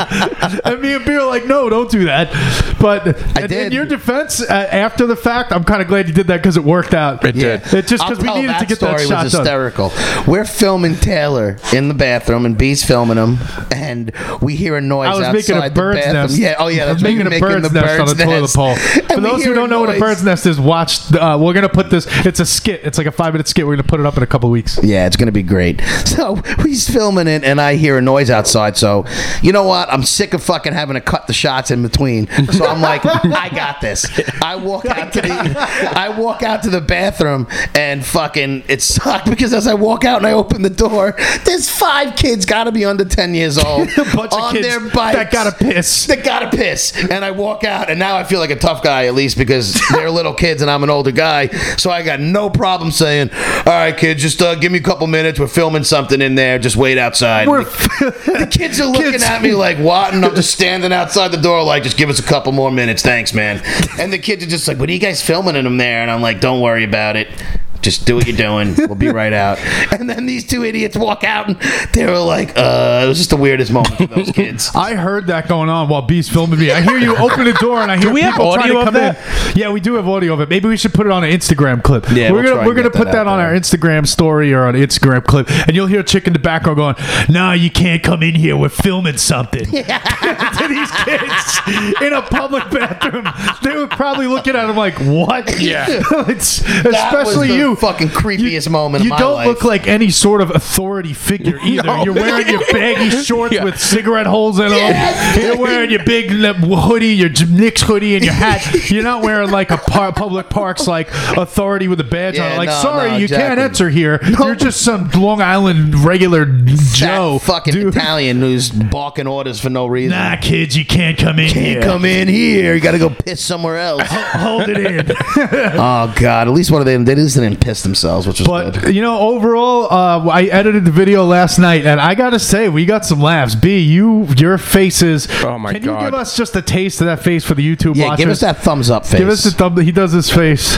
[SPEAKER 3] and me and B are like, "No, don't do that." But in- in
[SPEAKER 4] did.
[SPEAKER 3] your defense, uh, after the fact, I'm kind of glad you did that because it worked out.
[SPEAKER 1] It did.
[SPEAKER 3] It just
[SPEAKER 4] I'll
[SPEAKER 3] because we
[SPEAKER 4] tell
[SPEAKER 3] needed to get that
[SPEAKER 4] story
[SPEAKER 3] shot
[SPEAKER 4] was
[SPEAKER 3] done.
[SPEAKER 4] hysterical. We're filming Taylor in the bathroom, and B's filming him, and we hear a noise.
[SPEAKER 3] I was making a
[SPEAKER 4] outside the
[SPEAKER 3] bird's
[SPEAKER 4] bathroom.
[SPEAKER 3] nest.
[SPEAKER 4] Yeah, oh yeah,
[SPEAKER 3] I was
[SPEAKER 4] that's
[SPEAKER 3] making a bird's nest on the toilet pole. For those who don't know what a bird's nest is, watch. Uh, we're gonna put this. It's a skit. It's like a five minute skit. We're gonna put it up in a couple weeks.
[SPEAKER 4] Yeah, it's gonna be great. So he's filming it, and I hear a noise outside. So you know what? I'm sick of fucking having to cut the shots in between. So I'm like, I got this. I walk out to the, I walk out to the bathroom, and fucking it sucked because as I walk out and I open the door, there's five kids, gotta be under ten years old,
[SPEAKER 3] A bunch of
[SPEAKER 4] on
[SPEAKER 3] kids
[SPEAKER 4] their bikes
[SPEAKER 3] that gotta piss.
[SPEAKER 4] They gotta piss, and I walk out, and now I feel like a tough guy at least because they're little kids and I'm an older guy, so I got no problem saying, "All right, kids, just uh, give me a couple minutes. We're filming something in there. Just wait outside."
[SPEAKER 3] We're-
[SPEAKER 4] the kids are looking
[SPEAKER 3] Kids.
[SPEAKER 4] at me like, "What?" And I'm just standing outside the door, like, "Just give us a couple more minutes, thanks, man." And the kids are just like, "What are you guys filming in them there?" And I'm like, "Don't worry about it." Just do what you're doing. We'll be right out. And then these two idiots walk out, and they were like, "Uh, it was just the weirdest moment for those kids."
[SPEAKER 3] I heard that going on while B's filming me. I hear you open the door and I hear
[SPEAKER 1] we have
[SPEAKER 3] people
[SPEAKER 1] audio
[SPEAKER 3] trying to
[SPEAKER 1] of
[SPEAKER 3] come in. Yeah, we do have audio of it. Maybe we should put it on an Instagram clip.
[SPEAKER 4] Yeah,
[SPEAKER 3] we're
[SPEAKER 4] we'll try
[SPEAKER 3] gonna
[SPEAKER 4] and
[SPEAKER 3] we're gonna
[SPEAKER 4] get
[SPEAKER 3] put
[SPEAKER 4] that
[SPEAKER 3] that
[SPEAKER 4] out
[SPEAKER 3] on our
[SPEAKER 4] there.
[SPEAKER 3] Instagram story or on Instagram clip, and you'll hear a chick in the background going, "No, you can't come in here. We're filming something." to these kids in a public bathroom, they were probably looking at him like, "What?"
[SPEAKER 1] Yeah.
[SPEAKER 3] it's
[SPEAKER 4] That was
[SPEAKER 3] especially
[SPEAKER 4] the
[SPEAKER 3] you.
[SPEAKER 4] the fucking creepiest moment
[SPEAKER 3] You
[SPEAKER 4] of my
[SPEAKER 3] don't
[SPEAKER 4] life.
[SPEAKER 3] look like any sort of authority figure either.
[SPEAKER 1] No.
[SPEAKER 3] You're wearing your baggy shorts
[SPEAKER 1] Yeah.
[SPEAKER 3] with cigarette holes in them. You're wearing your big lip hoodie, your J- Knicks hoodie, and your hat. You're not wearing like a par- public parks like authority with a badge on.
[SPEAKER 4] Yeah,
[SPEAKER 3] it. Like,
[SPEAKER 4] no,
[SPEAKER 3] sorry,
[SPEAKER 4] no,
[SPEAKER 3] you can't
[SPEAKER 4] exactly.
[SPEAKER 3] enter here. You're just some Long Island regular
[SPEAKER 4] Fat
[SPEAKER 3] Joe.
[SPEAKER 4] fucking
[SPEAKER 3] dude.
[SPEAKER 4] Italian who's balking orders for no reason.
[SPEAKER 3] Nah, kids, you can't come in
[SPEAKER 4] Can't
[SPEAKER 3] here.
[SPEAKER 4] come in here. You got to go piss somewhere else.
[SPEAKER 3] Hold it in.
[SPEAKER 4] oh God! At least one of them they just didn't piss themselves, which was good.
[SPEAKER 3] But you know, overall, uh, I edited the video last night, and I gotta say, we got some laughs. B, you, your faces.
[SPEAKER 1] Oh, my
[SPEAKER 3] Can
[SPEAKER 1] God.
[SPEAKER 3] you give us just a taste of that face for the YouTube
[SPEAKER 4] Yeah,
[SPEAKER 3] watchers?
[SPEAKER 4] give us that thumbs up face.
[SPEAKER 3] Give us a thumb. He does his face.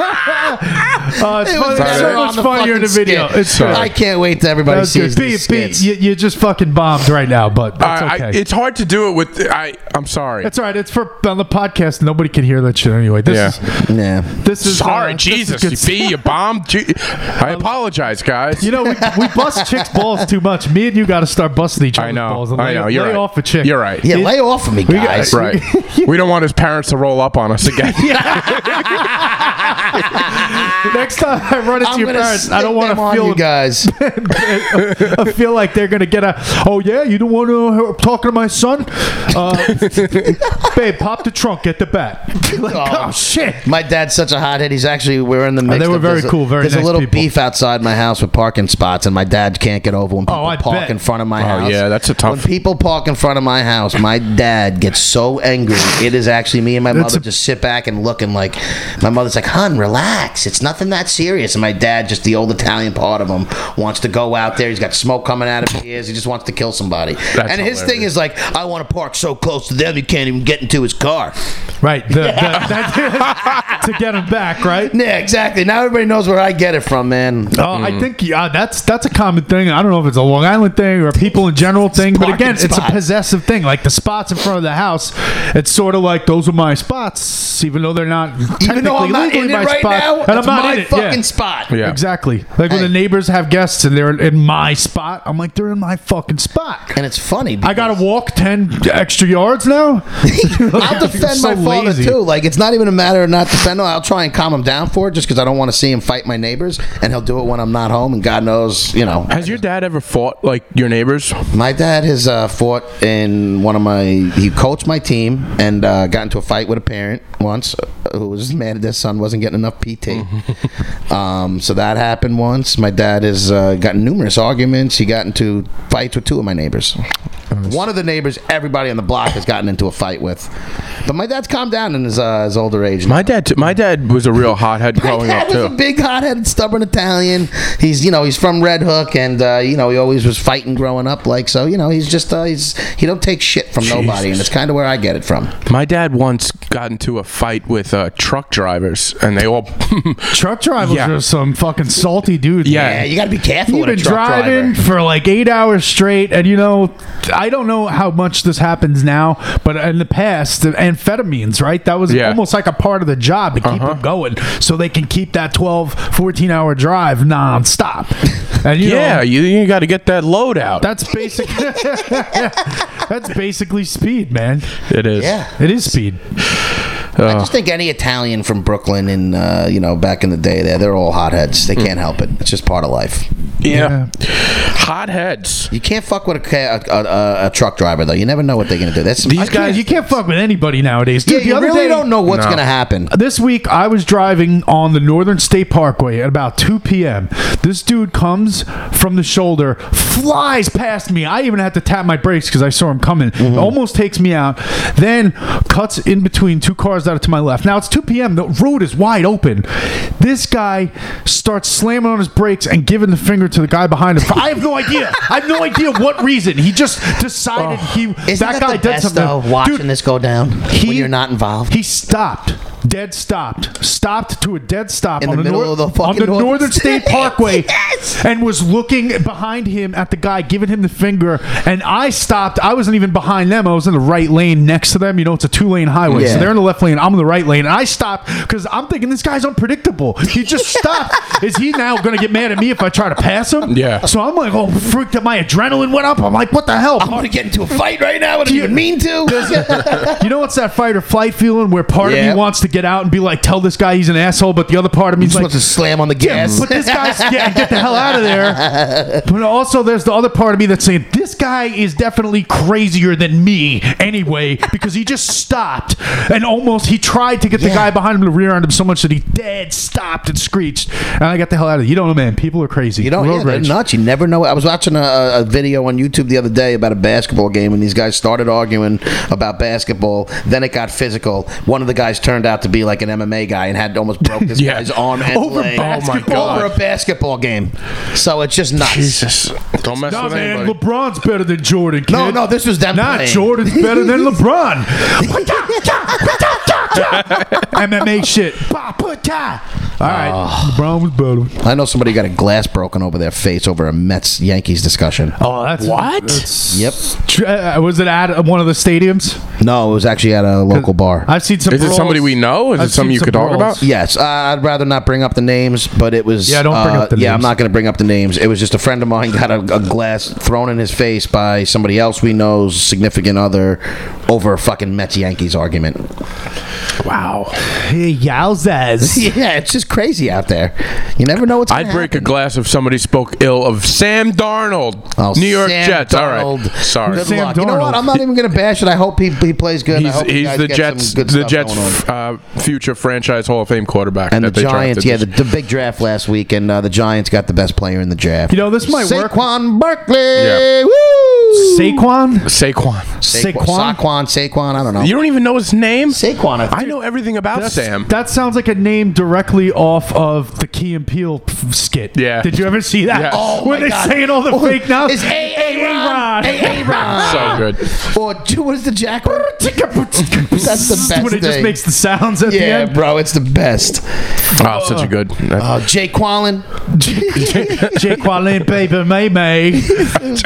[SPEAKER 3] Uh, it's
[SPEAKER 4] It
[SPEAKER 3] funny-
[SPEAKER 4] was
[SPEAKER 1] better
[SPEAKER 4] never
[SPEAKER 3] so
[SPEAKER 4] on
[SPEAKER 3] much
[SPEAKER 4] the
[SPEAKER 3] funnier in the
[SPEAKER 4] fucking
[SPEAKER 3] video.
[SPEAKER 4] skit.
[SPEAKER 3] It's good.
[SPEAKER 4] I can't wait till
[SPEAKER 3] That
[SPEAKER 4] everybody
[SPEAKER 3] was
[SPEAKER 4] sees
[SPEAKER 3] good. B,
[SPEAKER 4] these
[SPEAKER 3] B,
[SPEAKER 4] skits.
[SPEAKER 3] you, you just fucking bombed right now, but that's
[SPEAKER 1] Uh, I- I-
[SPEAKER 3] okay.
[SPEAKER 1] it's hard to do it with. I, I'm sorry.
[SPEAKER 3] That's all right. It's for on the podcast. Nobody can hear that shit anyway. This
[SPEAKER 1] Yeah.
[SPEAKER 3] is
[SPEAKER 4] yeah.
[SPEAKER 3] this is
[SPEAKER 1] sorry,
[SPEAKER 3] uh, this is
[SPEAKER 1] Jesus.
[SPEAKER 3] good
[SPEAKER 1] You
[SPEAKER 3] stuff.
[SPEAKER 1] B, you bombed. Je- I apologize, guys.
[SPEAKER 3] You know, we, we bust chicks' balls too much. Me and you got to start busting each other's
[SPEAKER 1] I know.
[SPEAKER 3] balls. and
[SPEAKER 1] I
[SPEAKER 3] lay-
[SPEAKER 1] know. You're
[SPEAKER 3] lay
[SPEAKER 1] right.
[SPEAKER 3] off a chick.
[SPEAKER 1] You're right.
[SPEAKER 4] Yeah, lay off of me,
[SPEAKER 3] got-
[SPEAKER 4] guys.
[SPEAKER 1] Right. we don't want his parents to roll up on us again.
[SPEAKER 3] The Next time I run into
[SPEAKER 4] I'm
[SPEAKER 3] your
[SPEAKER 4] gonna
[SPEAKER 3] parents, I don't want to
[SPEAKER 4] feel you
[SPEAKER 3] feel
[SPEAKER 4] guys.
[SPEAKER 3] I feel like they're gonna get a. Oh yeah, you don't want to talk to my son, uh, babe. Pop the trunk, get the bat. like, oh.
[SPEAKER 4] Oh.
[SPEAKER 3] shit.
[SPEAKER 4] My dad's such a hothead. He's actually we're in the midst.
[SPEAKER 3] Oh, they were
[SPEAKER 4] of-
[SPEAKER 3] very
[SPEAKER 4] there's a-
[SPEAKER 3] cool, very
[SPEAKER 4] There's
[SPEAKER 3] nice
[SPEAKER 4] a little
[SPEAKER 3] people.
[SPEAKER 4] beef outside my house with parking spots, and my dad can't get over when people
[SPEAKER 3] Oh, I
[SPEAKER 4] park
[SPEAKER 3] bet.
[SPEAKER 4] in front of my
[SPEAKER 1] Oh,
[SPEAKER 4] house.
[SPEAKER 1] yeah, that's a tough-
[SPEAKER 4] When people park in front of my house, my dad gets so angry. It is actually me and my
[SPEAKER 3] That's
[SPEAKER 4] mother
[SPEAKER 3] a-
[SPEAKER 4] just sit back and look, and like my mother's like, "Hun, relax. It's nothing that serious." And my dad, just the old Italian part of him, wants to go out there. He's got smoke coming out of his ears. He just wants to kill somebody. and his
[SPEAKER 1] hilarious.
[SPEAKER 4] thing is like, "I want to park so close to them, you can't even get into his car."
[SPEAKER 3] Right. The, the, that, to get him back, right?
[SPEAKER 4] Yeah, exactly. Now everybody knows where I get it from, man.
[SPEAKER 3] Oh, I think yeah, that's that's a common thing. I don't know if it's a Long Island thing or a people in general thing, but
[SPEAKER 4] Parking
[SPEAKER 3] again, it's a
[SPEAKER 4] spots.
[SPEAKER 3] possessive thing. Like the spots in front of the house, it's sort of like those are my spots, even though they're not
[SPEAKER 4] Even though I'm
[SPEAKER 3] technically
[SPEAKER 4] not
[SPEAKER 3] legally
[SPEAKER 4] in it
[SPEAKER 3] my
[SPEAKER 4] right
[SPEAKER 3] spot,
[SPEAKER 4] now,
[SPEAKER 3] and I'm
[SPEAKER 4] that's
[SPEAKER 3] not
[SPEAKER 4] my
[SPEAKER 3] in it, yeah.
[SPEAKER 4] fucking spot.
[SPEAKER 1] Yeah.
[SPEAKER 3] Exactly. Like when
[SPEAKER 4] Hey.
[SPEAKER 3] the neighbors have guests and they're in my spot, I'm like, they're in my fucking spot.
[SPEAKER 4] And it's funny.
[SPEAKER 3] I gotta walk ten extra yards now.
[SPEAKER 4] I'll defend my father too. Like it's not even a matter of not defending. I'll try and calm him down for it, just because I don't want to see him fight my neighbors. And he'll do it when I'm not home. And God knows, you know,
[SPEAKER 1] Has your dad ever fought like your neighbors?
[SPEAKER 4] my dad has uh, fought in one of my. He coached my team and uh, got into a fight with a parent once uh, who was mad at their son wasn't getting enough PT. um, so that happened once. My dad has uh, gotten numerous arguments. He got into fights with two of my neighbors. One of the neighbors, everybody on the block has gotten into a fight with. But my dad's calmed down in his, uh, his older age.
[SPEAKER 1] My dad. T- my dad was a real hothead growing
[SPEAKER 4] Dad
[SPEAKER 1] up
[SPEAKER 4] was a
[SPEAKER 1] too.
[SPEAKER 4] big, hot-headed, stubborn Italian. He's, you know, he's from Red Hook, and uh, you know, he always was fighting growing up. Like so, you know, he's just, uh, he's, he don't take shit from nobody, and it's kind of where I get it from.
[SPEAKER 1] My dad once got into a fight with uh, truck drivers, and they all
[SPEAKER 3] Truck drivers
[SPEAKER 1] Yeah.
[SPEAKER 3] are some fucking salty dudes.
[SPEAKER 1] Yeah.
[SPEAKER 4] Yeah, you got to be careful
[SPEAKER 3] You've
[SPEAKER 4] with a
[SPEAKER 3] been
[SPEAKER 4] truck
[SPEAKER 3] driving
[SPEAKER 4] driver.
[SPEAKER 3] for like eight hours straight, and you know, I don't know how much this happens now, but in the past, the amphetamines, right? That was
[SPEAKER 1] Yeah.
[SPEAKER 3] almost like a part of the job to
[SPEAKER 4] Uh-huh.
[SPEAKER 3] keep them going so they can keep that 12, 14 hour drive nonstop. And you
[SPEAKER 1] yeah,
[SPEAKER 3] know,
[SPEAKER 1] you, you got to get that load out.
[SPEAKER 3] that's basic. that's basically speed, man.
[SPEAKER 1] it is.
[SPEAKER 4] Yeah,
[SPEAKER 3] It is speed. Oh.
[SPEAKER 4] I just think any Italian from Brooklyn and uh, you know back in the day, there they're all hotheads.
[SPEAKER 3] Hmm.
[SPEAKER 4] They can't help it. It's just part of life.
[SPEAKER 1] yeah. Hot heads.
[SPEAKER 4] You can't fuck with a, ca- a, a, a truck driver though. You never know what they're gonna do. That's
[SPEAKER 1] These
[SPEAKER 4] I-
[SPEAKER 1] guys-
[SPEAKER 3] you can't fuck with anybody nowadays,
[SPEAKER 4] yeah,
[SPEAKER 3] dude. the
[SPEAKER 4] you
[SPEAKER 3] other
[SPEAKER 4] really
[SPEAKER 3] day,
[SPEAKER 4] don't know what's
[SPEAKER 1] No.
[SPEAKER 4] gonna happen.
[SPEAKER 3] this week I was driving on the Northern State Parkway at about 2 p.m. This dude comes from the shoulder, flies past me. I even had to tap my brakes because I saw him coming.
[SPEAKER 4] Mm-hmm.
[SPEAKER 3] Almost takes me out, then cuts in between two cars that are to my left. Now it's 2 p.m. The road is wide open. This guy starts slamming on his brakes and giving the finger to the guy behind him. I have no idea. I have no idea what reason. He just decided he
[SPEAKER 4] Oh. Isn't that,
[SPEAKER 3] guy
[SPEAKER 4] the
[SPEAKER 3] did
[SPEAKER 4] best
[SPEAKER 3] something.
[SPEAKER 4] though? Watching
[SPEAKER 3] Dude,
[SPEAKER 4] this go down
[SPEAKER 3] he-
[SPEAKER 4] when you're not involved.
[SPEAKER 3] he stopped, dead stopped, stopped to a dead stop
[SPEAKER 4] In
[SPEAKER 3] on
[SPEAKER 4] the middle of the
[SPEAKER 3] on
[SPEAKER 4] fucking
[SPEAKER 3] the
[SPEAKER 4] Northern
[SPEAKER 3] Northern State
[SPEAKER 4] States.
[SPEAKER 3] Parkway,
[SPEAKER 4] Yes.
[SPEAKER 3] and was looking behind him at the guy giving him the finger. And I stopped. I wasn't even behind them. I was in the right lane next to them. You know, it's a two lane highway,
[SPEAKER 4] Yeah.
[SPEAKER 3] so they're in the left lane. I'm in the right lane, and I stopped because I'm thinking this guy's unpredictable. asshole. He just stopped. Is he now going to get mad at me if I try to pass him?
[SPEAKER 1] Yeah.
[SPEAKER 3] So I'm like, oh, freaked out. My adrenaline went up. I'm like, what the hell?
[SPEAKER 4] I want to get into a fight right now. I didn't even mean to.
[SPEAKER 3] You know what's that fight or flight feeling where part of
[SPEAKER 4] Yeah.
[SPEAKER 3] me wants to get out and be like, tell this guy he's an asshole, but the other part of me's
[SPEAKER 4] Just
[SPEAKER 3] like,
[SPEAKER 4] wants to slam on the
[SPEAKER 3] yeah,
[SPEAKER 4] gas.
[SPEAKER 3] put this guy's yeah, get the hell out of there. But also, there's the other part of me that's saying this guy is definitely crazier than me anyway because he just stopped and almost he tried to get the
[SPEAKER 4] Yeah.
[SPEAKER 3] guy behind him to rear end him so much that he dead stopped and screeched. And I got the hell out of there. You don't know, man. People are crazy.
[SPEAKER 4] You don't
[SPEAKER 3] Road
[SPEAKER 4] yeah, they're
[SPEAKER 3] rage.
[SPEAKER 4] nuts. You never know. I was watching a- a, a video on YouTube the other day about a basketball game, and these guys started arguing about basketball. Then it got physical. One of the guys turned out to be like an MMA guy and had almost broke this
[SPEAKER 1] Yeah.
[SPEAKER 4] guy's arm and
[SPEAKER 1] Over
[SPEAKER 3] oh
[SPEAKER 4] leg
[SPEAKER 1] basketball?
[SPEAKER 4] over a basketball game. So it's just nuts.
[SPEAKER 1] Jesus, don't mess
[SPEAKER 3] Nah,
[SPEAKER 1] with
[SPEAKER 3] man,
[SPEAKER 1] anybody.
[SPEAKER 3] LeBron's better than Jordan. Kid.
[SPEAKER 4] No, no, this was them
[SPEAKER 3] Nah,
[SPEAKER 4] playing.
[SPEAKER 3] Jordan's better than LeBron. MMA shit. Bah, put that. All right,
[SPEAKER 4] Ah.
[SPEAKER 3] LeBron was better.
[SPEAKER 4] I know somebody got a glass broken over their face over a Mets Yankees discussion.
[SPEAKER 3] Oh, that's what?
[SPEAKER 4] Yep.
[SPEAKER 3] Uh, was it at one of the stadiums?
[SPEAKER 4] No, it was actually at a local bar.
[SPEAKER 3] I've seen some.
[SPEAKER 1] Is it somebody
[SPEAKER 3] brawls.
[SPEAKER 1] we know? Is
[SPEAKER 3] I've
[SPEAKER 1] it something
[SPEAKER 3] seen
[SPEAKER 1] you
[SPEAKER 3] some
[SPEAKER 1] could talk
[SPEAKER 3] brawls.
[SPEAKER 1] about?
[SPEAKER 4] Yes, uh, I'd rather not bring up the names, but it was.
[SPEAKER 3] Yeah, don't bring
[SPEAKER 4] uh,
[SPEAKER 3] up the
[SPEAKER 4] Yeah, I'm
[SPEAKER 3] names.
[SPEAKER 4] not going to bring up the names. It was just a friend of mine got a, a glass thrown in his face by somebody else we know's significant other over a fucking Mets Yankees argument.
[SPEAKER 1] Wow.
[SPEAKER 3] Hey, yowzas.
[SPEAKER 4] Yeah, it's just crazy out there. You never know what's.
[SPEAKER 1] I'd
[SPEAKER 4] gonna
[SPEAKER 1] break a
[SPEAKER 4] happen.
[SPEAKER 1] glass if somebody spoke ill of Sam Darnold,
[SPEAKER 4] Oh,
[SPEAKER 1] New York
[SPEAKER 4] Sam
[SPEAKER 1] Jets. All
[SPEAKER 4] Darnold.
[SPEAKER 1] right, sorry.
[SPEAKER 4] Good
[SPEAKER 3] Sam
[SPEAKER 4] luck. You know what?
[SPEAKER 3] Darnold.
[SPEAKER 4] I'm not even going to bash it. I hope he, he plays good. I
[SPEAKER 1] He's,
[SPEAKER 4] hope you
[SPEAKER 1] he's
[SPEAKER 4] guys
[SPEAKER 1] the
[SPEAKER 4] get
[SPEAKER 1] Jets,
[SPEAKER 4] some good
[SPEAKER 1] the
[SPEAKER 4] stuff
[SPEAKER 1] Jets
[SPEAKER 4] going on.
[SPEAKER 1] uh, future franchise Hall of Fame quarterback.
[SPEAKER 4] and the
[SPEAKER 1] that they
[SPEAKER 4] Giants.
[SPEAKER 1] drafted
[SPEAKER 4] Yeah,
[SPEAKER 1] this
[SPEAKER 4] the, the big draft last week, and uh, the Giants got the best player in the draft.
[SPEAKER 3] You know, this might work.
[SPEAKER 4] Saquon Barkley.
[SPEAKER 1] Yeah.
[SPEAKER 4] Woo!
[SPEAKER 3] Saquon?
[SPEAKER 1] Saquon.
[SPEAKER 3] Saquon?
[SPEAKER 4] Saquon. Saquon. I don't know.
[SPEAKER 1] You don't even know his name.
[SPEAKER 4] Saquon.
[SPEAKER 1] I know everything about
[SPEAKER 3] That's-
[SPEAKER 1] Sam.
[SPEAKER 3] That sounds like a name directly off of the Key and Peele f- skit.
[SPEAKER 1] Yeah.
[SPEAKER 3] Did you ever see that?
[SPEAKER 1] Yes.
[SPEAKER 4] Oh,
[SPEAKER 3] When
[SPEAKER 4] my
[SPEAKER 3] they
[SPEAKER 4] God.
[SPEAKER 3] saying all the
[SPEAKER 4] Oh,
[SPEAKER 3] fake nouns.
[SPEAKER 4] It's A.A. Ron.
[SPEAKER 3] Aaron.
[SPEAKER 4] A.A. Ron.
[SPEAKER 1] so good.
[SPEAKER 4] Or two, what is the jack? one?
[SPEAKER 3] That's
[SPEAKER 4] the best
[SPEAKER 3] When it just
[SPEAKER 4] thing.
[SPEAKER 3] makes the sounds at the
[SPEAKER 4] Yeah,
[SPEAKER 3] end.
[SPEAKER 4] bro, it's the best.
[SPEAKER 1] Oh, such a good.
[SPEAKER 4] Uh, Jay Quallen.
[SPEAKER 3] Jake Wallin, baby, May May.
[SPEAKER 4] Dude, that's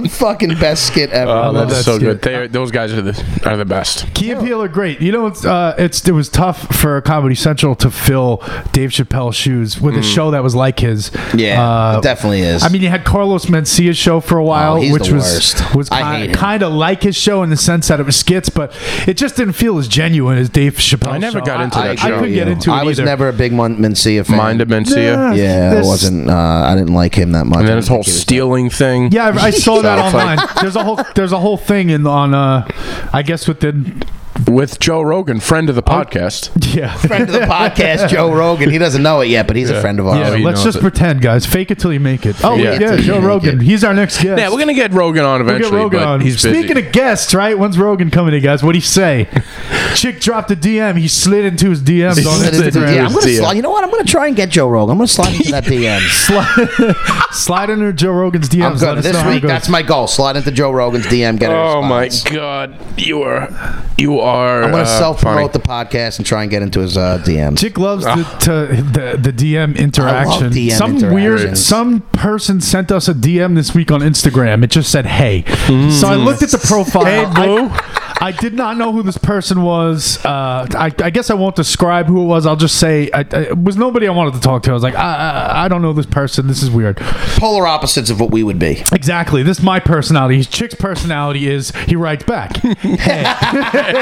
[SPEAKER 4] the fucking best skit ever.
[SPEAKER 1] Oh,
[SPEAKER 3] love
[SPEAKER 1] that's
[SPEAKER 3] that
[SPEAKER 1] so
[SPEAKER 3] skit.
[SPEAKER 1] good. They are, those guys are the are the best.
[SPEAKER 3] Key and Peele are great. You know, it's, uh, it's it was tough for Comedy Central to fill Dave Chappelle's shoes with a show that was like his.
[SPEAKER 4] Mm. yeah,
[SPEAKER 3] Uh,
[SPEAKER 4] it definitely is.
[SPEAKER 3] I mean, you had Carlos Mencia's show for a while,
[SPEAKER 4] Oh, he's
[SPEAKER 3] which
[SPEAKER 4] the
[SPEAKER 3] was
[SPEAKER 4] worst.
[SPEAKER 3] was
[SPEAKER 4] I hate
[SPEAKER 3] kind,
[SPEAKER 4] him.
[SPEAKER 3] kind of like his show in the sense that it was skits, but it just didn't feel as genuine as Dave Chappelle.
[SPEAKER 1] I never got into
[SPEAKER 3] I,
[SPEAKER 1] that
[SPEAKER 3] I,
[SPEAKER 1] show.
[SPEAKER 3] couldn't get
[SPEAKER 4] Yeah.
[SPEAKER 3] into it.
[SPEAKER 4] I was
[SPEAKER 3] either.
[SPEAKER 4] never a big Mon- Mencia fan.
[SPEAKER 1] Mind Demencia.
[SPEAKER 4] Yeah,
[SPEAKER 3] This-
[SPEAKER 4] I wasn't. Uh, I didn't like him that much.
[SPEAKER 1] And
[SPEAKER 4] I
[SPEAKER 1] then this
[SPEAKER 4] think
[SPEAKER 1] whole
[SPEAKER 4] he was-
[SPEAKER 1] stealing thing.
[SPEAKER 3] Yeah, I, I saw that
[SPEAKER 1] So it's
[SPEAKER 3] online.
[SPEAKER 1] like-
[SPEAKER 3] There's a whole there's a whole thing in on uh, I guess within
[SPEAKER 1] With Joe Rogan, friend of
[SPEAKER 3] Oh,
[SPEAKER 1] the podcast.
[SPEAKER 3] yeah.
[SPEAKER 4] friend of the podcast, Joe Rogan. He doesn't know it yet, but he's a friend of ours.
[SPEAKER 3] Yeah,
[SPEAKER 1] he
[SPEAKER 3] let's
[SPEAKER 1] knows
[SPEAKER 3] just
[SPEAKER 1] it.
[SPEAKER 3] pretend, guys. Fake it till you make it. Oh
[SPEAKER 1] Yeah.
[SPEAKER 3] yeah,
[SPEAKER 4] till you
[SPEAKER 3] Joe
[SPEAKER 4] make
[SPEAKER 3] Rogan.
[SPEAKER 4] it.
[SPEAKER 3] He's our next guest.
[SPEAKER 1] Yeah, we're gonna get Rogan on
[SPEAKER 3] We'll get
[SPEAKER 1] eventually,
[SPEAKER 3] Rogan
[SPEAKER 1] but
[SPEAKER 3] on.
[SPEAKER 1] he's busy.
[SPEAKER 3] Speaking of guests, right? When's Rogan coming to you guys? What do you say? Chick dropped a DM. He slid into his DMs
[SPEAKER 1] He
[SPEAKER 3] on
[SPEAKER 1] slid into
[SPEAKER 3] Instagram.
[SPEAKER 1] the
[SPEAKER 4] Yeah, I'm gonna
[SPEAKER 1] Yeah.
[SPEAKER 4] slide. You know what? I'm gonna try and get Joe Rogan. I'm gonna slide into that DM.
[SPEAKER 3] Slide, slide into Joe Rogan's DMs.
[SPEAKER 4] I'm
[SPEAKER 3] Let
[SPEAKER 4] good.
[SPEAKER 3] us know
[SPEAKER 4] This
[SPEAKER 3] how it
[SPEAKER 4] week,
[SPEAKER 3] goes.
[SPEAKER 4] that's my goal. Slide into Joe Rogan's DM. Get a
[SPEAKER 1] oh my
[SPEAKER 4] response.
[SPEAKER 1] god, you are you are. uh,
[SPEAKER 4] I'm gonna self
[SPEAKER 1] funny.
[SPEAKER 4] promote the podcast and try and get into his uh, DM.
[SPEAKER 3] Chick loves
[SPEAKER 1] Ah.
[SPEAKER 3] the, to, the the DM interaction.
[SPEAKER 4] DM
[SPEAKER 3] some weird
[SPEAKER 4] interactions.
[SPEAKER 3] some person sent us a DM this week on Instagram. It just said hey. So I looked at the profile.
[SPEAKER 1] Mm. Hey, boo.
[SPEAKER 3] I, I did not know who this person was. Uh, I, I guess I won't describe who it was. I'll just say I, I, it was nobody I wanted to talk to. I was like, I, I, I don't know this person. This is weird.
[SPEAKER 4] Polar opposites of what we would be.
[SPEAKER 3] Exactly. This is my personality. Chick's personality is he writes back. Hey.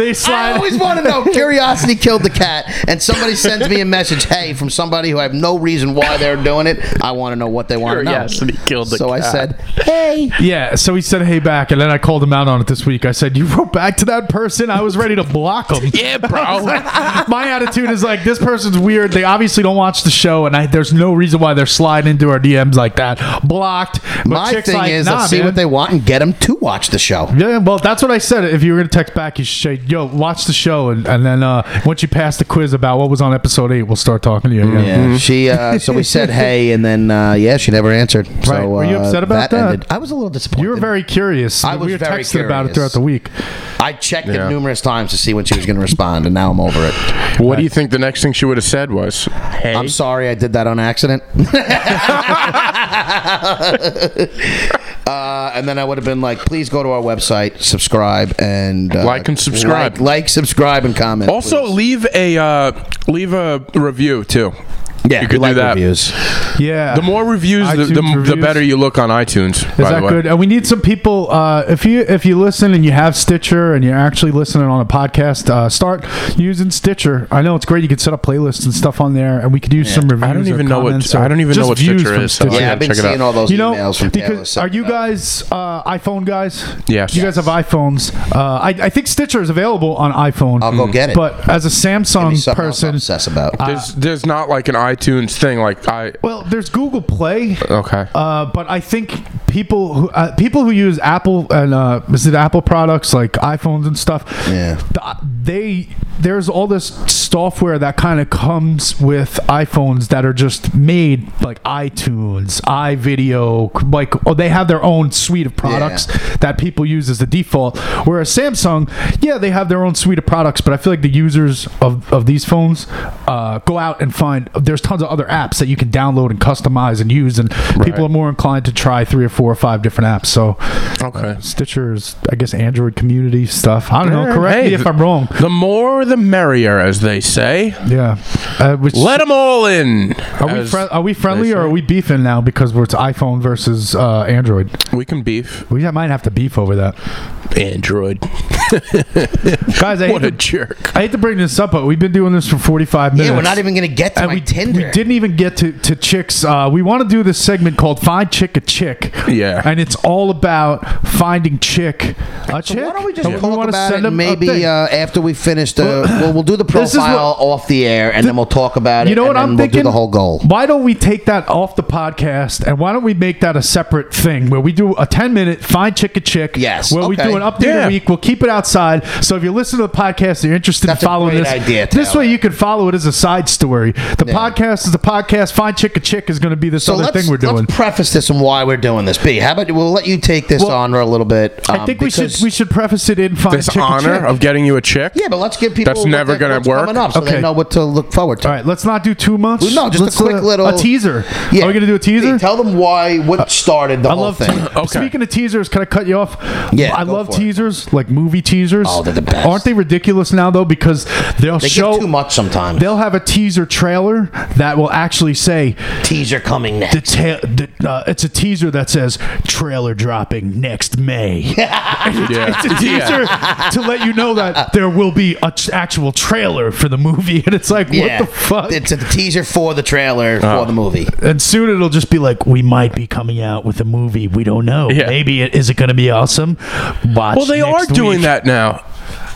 [SPEAKER 3] they
[SPEAKER 4] I
[SPEAKER 3] slide.
[SPEAKER 4] always want to know. Curiosity killed the cat, and somebody sends me a message, "Hey," from somebody who I have no reason why they're doing it. I want to know what they want to know.
[SPEAKER 1] Curiosity killed the
[SPEAKER 4] so I
[SPEAKER 1] cat.
[SPEAKER 4] said, "Hey."
[SPEAKER 3] Yeah, so he said, "Hey, back," and then I called him out on it this week. I said, "You wrote back to that person. I was ready to block him."
[SPEAKER 1] Yeah, bro.
[SPEAKER 3] My attitude is like, this person's weird. They obviously don't watch the show, and I, there's no reason why they're sliding into our DMs like that. Blocked. But
[SPEAKER 4] My
[SPEAKER 3] Chick's
[SPEAKER 4] thing
[SPEAKER 3] like,
[SPEAKER 4] is,
[SPEAKER 3] nah,
[SPEAKER 4] let's see
[SPEAKER 3] man.
[SPEAKER 4] what they want and get them to watch the show.
[SPEAKER 3] Yeah, well, that's what I said. If you were gonna text back, you should say, "Yo, watch the show," and, and then uh, once you pass the quiz about what was on episode eight, we'll start talking to you. again.
[SPEAKER 4] Yeah, she. Uh, so we said hey, and then uh, yeah, she never answered. So,
[SPEAKER 3] Right. Were you
[SPEAKER 4] uh,
[SPEAKER 3] upset about that?
[SPEAKER 4] ended. I was a little disappointed.
[SPEAKER 3] You were very curious.
[SPEAKER 4] I was
[SPEAKER 3] we were
[SPEAKER 4] very
[SPEAKER 3] texting about it
[SPEAKER 4] curious.
[SPEAKER 3] throughout the week.
[SPEAKER 4] I checked
[SPEAKER 1] Yeah.
[SPEAKER 4] it numerous times to see when she was going to respond, and now I'm over it.
[SPEAKER 1] what do you think the next thing she would have said was? Hey,
[SPEAKER 4] I'm sorry I did that on accident. Uh, and then I would have been like, please go to our website, subscribe, and uh,
[SPEAKER 1] Like and subscribe.
[SPEAKER 4] Like, like, subscribe, and comment.
[SPEAKER 1] Also,
[SPEAKER 4] please.
[SPEAKER 1] leave a uh, leave a review too.
[SPEAKER 4] yeah,
[SPEAKER 1] you could
[SPEAKER 4] we
[SPEAKER 1] do that.
[SPEAKER 4] reviews.
[SPEAKER 3] Yeah.
[SPEAKER 1] The more reviews, the,
[SPEAKER 3] iTunes
[SPEAKER 1] the, the
[SPEAKER 3] reviews.
[SPEAKER 1] better you look on iTunes.
[SPEAKER 3] Is
[SPEAKER 1] by the
[SPEAKER 3] that
[SPEAKER 1] way.
[SPEAKER 3] good? And we need some people. Uh, if you if you listen and you have Stitcher and you're actually listening on a podcast, uh, start using Stitcher. I know it's great. You can set up playlists and stuff on there, and we could use some reviews.
[SPEAKER 1] I don't
[SPEAKER 3] or
[SPEAKER 1] even know what-
[SPEAKER 3] comments or
[SPEAKER 1] I don't even know
[SPEAKER 3] just
[SPEAKER 1] what
[SPEAKER 3] views
[SPEAKER 1] Stitcher
[SPEAKER 3] from
[SPEAKER 1] is, so I
[SPEAKER 4] Yeah,
[SPEAKER 1] Yeah,
[SPEAKER 4] I've been
[SPEAKER 1] check it out.
[SPEAKER 4] seeing all those
[SPEAKER 3] You know,
[SPEAKER 4] emails from Taylor.
[SPEAKER 3] because
[SPEAKER 4] setting
[SPEAKER 3] are you
[SPEAKER 4] up.
[SPEAKER 3] guys uh, iPhone guys?
[SPEAKER 1] Yes.
[SPEAKER 3] You guys have iPhones. Uh, I, I think Stitcher is available on iPhone.
[SPEAKER 4] I'll go get it.
[SPEAKER 3] But as a
[SPEAKER 4] Give me
[SPEAKER 3] Samsung
[SPEAKER 4] something else to
[SPEAKER 3] person,
[SPEAKER 4] obsess about?
[SPEAKER 1] There's there's not like an iTunes thing. Like I
[SPEAKER 3] well, there's Google Play.
[SPEAKER 1] okay.
[SPEAKER 3] Uh, but I think people who uh, people who use Apple and uh, is it Apple products like iPhones and stuff,
[SPEAKER 4] Yeah.
[SPEAKER 3] th- they there's all this software that kind of comes with iPhones that are just made like iTunes, iVideo, like oh, they have their own suite of products that people use as the default. Whereas Samsung, yeah, they have their own suite of products, but I feel like the users of, of these phones uh, go out and find there's tons of other apps that you can download and customize and use, and people are more inclined to try three or four or five different apps. So uh,
[SPEAKER 1] Okay.
[SPEAKER 3] Stitcher's, I guess, Android community stuff. I don't know. Correct me
[SPEAKER 1] uh, Hey,
[SPEAKER 3] if I'm wrong.
[SPEAKER 1] The more the merrier, as they say.
[SPEAKER 3] Yeah. Uh, which,
[SPEAKER 1] Let them all in.
[SPEAKER 3] are we,
[SPEAKER 1] as
[SPEAKER 3] fri- are we friendly
[SPEAKER 1] they say.
[SPEAKER 3] or are we beefing now because we're, it's iPhone versus uh, Android?
[SPEAKER 1] we can beef
[SPEAKER 3] We might have to beef over that,
[SPEAKER 1] Android.
[SPEAKER 3] guys. I hate,
[SPEAKER 1] What a
[SPEAKER 3] to,
[SPEAKER 1] jerk.
[SPEAKER 3] I hate to bring this up, but we've been doing this for 45 minutes.
[SPEAKER 4] Yeah, we're not even gonna get to
[SPEAKER 3] and
[SPEAKER 4] my
[SPEAKER 3] we,
[SPEAKER 4] Tinder.
[SPEAKER 3] we didn't even get to, to chicks. Uh, we want to do this segment called "Find Chick a Chick."
[SPEAKER 1] Yeah.
[SPEAKER 3] and it's all about finding chick a chick.
[SPEAKER 4] Why don't we just
[SPEAKER 3] And
[SPEAKER 4] talk
[SPEAKER 3] wanna
[SPEAKER 4] about
[SPEAKER 3] send
[SPEAKER 4] it?
[SPEAKER 3] them a
[SPEAKER 4] Maybe
[SPEAKER 3] thing.
[SPEAKER 4] uh, after we finish the, well, we'll do the
[SPEAKER 3] This is what-
[SPEAKER 4] profile off the air, and then we'll talk about it.
[SPEAKER 3] you know what
[SPEAKER 4] and then
[SPEAKER 3] I'm
[SPEAKER 4] we'll
[SPEAKER 3] thinking?
[SPEAKER 4] Do the whole goal.
[SPEAKER 3] Why don't we take that off the podcast and why don't we make that a separate thing where we do a 10 minute find chick a chick?
[SPEAKER 4] Yes,
[SPEAKER 3] Where we
[SPEAKER 4] okay.
[SPEAKER 3] do an update
[SPEAKER 1] Yeah.
[SPEAKER 3] a week. We'll keep it outside. So if you listen to the podcast and you're interested
[SPEAKER 4] That's a
[SPEAKER 3] in following
[SPEAKER 4] great
[SPEAKER 3] this,
[SPEAKER 4] idea,
[SPEAKER 3] this
[SPEAKER 4] Tyler.
[SPEAKER 3] way you can follow it as a side story. The podcast is the podcast. Find chick a chick is going to be this
[SPEAKER 4] So
[SPEAKER 3] other
[SPEAKER 4] let's,
[SPEAKER 3] thing we're doing.
[SPEAKER 4] let's preface this and why we're doing this. B, how about we'll let you take this
[SPEAKER 3] Well,
[SPEAKER 4] honor a little bit?
[SPEAKER 3] I
[SPEAKER 4] um,
[SPEAKER 3] think we should
[SPEAKER 4] because-
[SPEAKER 3] we should preface it in find
[SPEAKER 1] This
[SPEAKER 3] chick a
[SPEAKER 1] honor
[SPEAKER 3] chick.
[SPEAKER 1] of getting you a chick.
[SPEAKER 4] Yeah, but let's give people
[SPEAKER 1] That's
[SPEAKER 4] what
[SPEAKER 1] never
[SPEAKER 4] they-
[SPEAKER 1] gonna
[SPEAKER 4] what's
[SPEAKER 1] work.
[SPEAKER 4] Coming up, so
[SPEAKER 3] Okay.
[SPEAKER 4] they know what to look forward to.
[SPEAKER 3] all right, let's not do too much.
[SPEAKER 4] No, just a
[SPEAKER 3] Let's,
[SPEAKER 4] quick
[SPEAKER 3] uh,
[SPEAKER 4] little
[SPEAKER 3] a teaser.
[SPEAKER 4] Yeah.
[SPEAKER 3] Are we going to do a teaser? Uh,
[SPEAKER 4] Hey, tell them why what started the
[SPEAKER 3] I
[SPEAKER 4] whole
[SPEAKER 3] love
[SPEAKER 4] thing.
[SPEAKER 3] teasers.
[SPEAKER 1] Okay.
[SPEAKER 3] Speaking of teasers, can I cut you off?
[SPEAKER 4] Yeah,
[SPEAKER 3] I
[SPEAKER 4] go
[SPEAKER 3] love
[SPEAKER 4] for it.
[SPEAKER 3] teasers, like movie teasers.
[SPEAKER 4] Oh, they're the best.
[SPEAKER 3] Aren't they ridiculous now though? Because they'll
[SPEAKER 4] They
[SPEAKER 3] show
[SPEAKER 4] get too much sometimes.
[SPEAKER 3] They'll have a teaser trailer that will actually say
[SPEAKER 4] Teaser coming next.
[SPEAKER 3] the, ta- the uh, it's a teaser that says trailer dropping next May.
[SPEAKER 1] Yeah.
[SPEAKER 3] It's a teaser to let you know that there will be an actual trailer for the movie, and it's like,
[SPEAKER 4] yeah,
[SPEAKER 3] what the fuck?
[SPEAKER 4] It's a teaser for the trailer
[SPEAKER 1] Uh,
[SPEAKER 4] for the movie.
[SPEAKER 3] And soon it'll just be like, we might be coming out with a movie. We don't know.
[SPEAKER 1] Yeah.
[SPEAKER 3] Maybe it is it going to be awesome. Watch.
[SPEAKER 1] Well, they are
[SPEAKER 3] next
[SPEAKER 1] doing
[SPEAKER 3] week.
[SPEAKER 1] that now.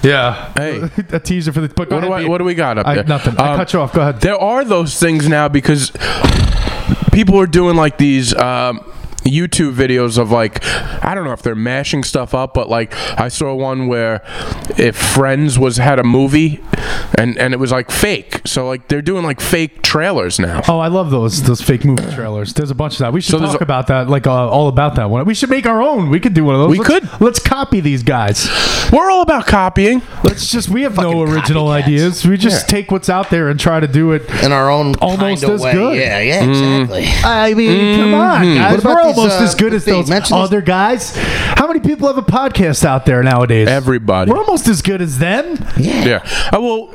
[SPEAKER 3] Yeah.
[SPEAKER 1] Hey.
[SPEAKER 3] a teaser for the. But go
[SPEAKER 1] What do,
[SPEAKER 3] ahead,
[SPEAKER 1] I,
[SPEAKER 3] Pete.
[SPEAKER 1] what do we got up
[SPEAKER 3] I-
[SPEAKER 1] there?
[SPEAKER 3] Nothing. I
[SPEAKER 1] Um,
[SPEAKER 3] cut you off. Go ahead.
[SPEAKER 1] There are those things now because people are doing like these um, YouTube videos of like I don't know if they're mashing stuff up, but like I saw one where if Friends was had a movie and and it was like fake, so like they're doing like fake trailers now.
[SPEAKER 3] Oh, I love those those fake movie trailers. There's a bunch of that. We should
[SPEAKER 1] So there's
[SPEAKER 3] talk
[SPEAKER 1] a-
[SPEAKER 3] about that, like uh, all about that one. We should make our own. We could do one of those.
[SPEAKER 1] We
[SPEAKER 3] Let's-
[SPEAKER 1] could.
[SPEAKER 3] Let's copy these guys.
[SPEAKER 1] We're all about copying.
[SPEAKER 3] Let's just. We have no
[SPEAKER 4] Fucking
[SPEAKER 3] original
[SPEAKER 4] copycats.
[SPEAKER 3] ideas. We just
[SPEAKER 1] Yeah.
[SPEAKER 3] take what's out there and try to do it.
[SPEAKER 4] in our own
[SPEAKER 3] Almost
[SPEAKER 4] kinda
[SPEAKER 3] as
[SPEAKER 4] way.
[SPEAKER 3] good.
[SPEAKER 4] Yeah, yeah, exactly.
[SPEAKER 3] I mean, come on,
[SPEAKER 1] Mm-hmm.
[SPEAKER 4] What
[SPEAKER 3] guys.
[SPEAKER 4] about
[SPEAKER 3] We're
[SPEAKER 4] these,
[SPEAKER 3] almost
[SPEAKER 4] uh,
[SPEAKER 3] as good as
[SPEAKER 4] Pete,
[SPEAKER 3] those
[SPEAKER 4] mention these-
[SPEAKER 3] other guys. How many people have a podcast out there nowadays?
[SPEAKER 1] Everybody.
[SPEAKER 3] We're almost as good as them.
[SPEAKER 1] Yeah. Uh, well,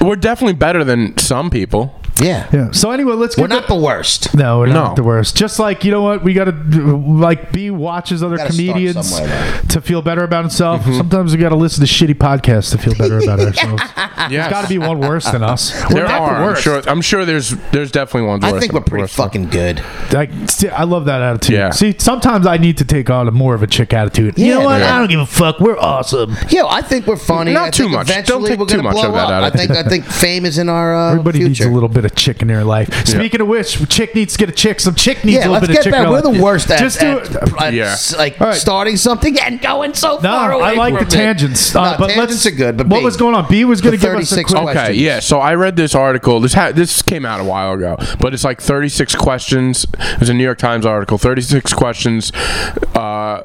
[SPEAKER 1] we're definitely better than some people.
[SPEAKER 4] Yeah.
[SPEAKER 3] Yeah. So anyway, let's
[SPEAKER 4] We're
[SPEAKER 3] get
[SPEAKER 4] not the worst.
[SPEAKER 3] No, we're
[SPEAKER 1] No.
[SPEAKER 3] not the worst. Just like you know what, we gotta like B watches other
[SPEAKER 4] Gotta start
[SPEAKER 3] comedians
[SPEAKER 4] somewhere,
[SPEAKER 3] to feel better about himself.
[SPEAKER 1] Mm-hmm.
[SPEAKER 3] Sometimes we gotta listen to shitty podcasts to feel better about ourselves.
[SPEAKER 1] Yeah.
[SPEAKER 3] There's Ah, gotta be one worse than us.
[SPEAKER 1] There
[SPEAKER 3] not
[SPEAKER 1] are.
[SPEAKER 3] The
[SPEAKER 1] I'm
[SPEAKER 3] worst.
[SPEAKER 1] sure. I'm sure. There's. There's definitely one.
[SPEAKER 4] I
[SPEAKER 1] worse
[SPEAKER 4] think
[SPEAKER 1] than-
[SPEAKER 4] we're pretty
[SPEAKER 1] worse than-
[SPEAKER 4] fucking good.
[SPEAKER 3] I, see, I love that attitude.
[SPEAKER 1] Yeah.
[SPEAKER 3] See, sometimes I need to take on a more of a chick attitude. you
[SPEAKER 4] Yeah,
[SPEAKER 3] know what?
[SPEAKER 4] man.
[SPEAKER 3] I don't give a fuck. We're awesome.
[SPEAKER 4] Yeah, I think we're funny.
[SPEAKER 1] Not
[SPEAKER 4] I
[SPEAKER 1] too
[SPEAKER 4] think
[SPEAKER 1] much. Don't
[SPEAKER 4] Eventually
[SPEAKER 1] take
[SPEAKER 4] we're
[SPEAKER 1] too
[SPEAKER 4] gonna
[SPEAKER 1] much
[SPEAKER 4] blow
[SPEAKER 1] of that
[SPEAKER 4] up.
[SPEAKER 1] out
[SPEAKER 4] I
[SPEAKER 1] of it.
[SPEAKER 4] think I think fame is in our uh,
[SPEAKER 3] Everybody
[SPEAKER 4] future.
[SPEAKER 3] needs a little bit of chick in their life. Speaking of which, chick needs to get a chick. Some chick needs
[SPEAKER 4] yeah,
[SPEAKER 3] a little
[SPEAKER 4] let's
[SPEAKER 3] bit of
[SPEAKER 4] get
[SPEAKER 3] chick.
[SPEAKER 4] back.
[SPEAKER 3] in
[SPEAKER 4] We're
[SPEAKER 3] her
[SPEAKER 4] the
[SPEAKER 3] life.
[SPEAKER 4] worst at,
[SPEAKER 3] Just do
[SPEAKER 4] at,
[SPEAKER 3] it.
[SPEAKER 4] at
[SPEAKER 1] Yeah.
[SPEAKER 4] s- like
[SPEAKER 3] All right.
[SPEAKER 4] starting something and going so
[SPEAKER 3] No,
[SPEAKER 4] far away.
[SPEAKER 3] I like
[SPEAKER 4] from
[SPEAKER 3] the
[SPEAKER 4] it.
[SPEAKER 3] tangents. Uh,
[SPEAKER 4] No,
[SPEAKER 3] but
[SPEAKER 4] tangents
[SPEAKER 3] let's,
[SPEAKER 4] are good. But
[SPEAKER 3] what
[SPEAKER 4] B,
[SPEAKER 3] was going on? B was going
[SPEAKER 4] the
[SPEAKER 3] to give us a
[SPEAKER 4] 36
[SPEAKER 3] quick.
[SPEAKER 4] questions.
[SPEAKER 1] Okay, yeah. So I read this article. This ha- this came out a while ago, but it's like 36 questions. It was a New York Times article. 36 questions. Uh,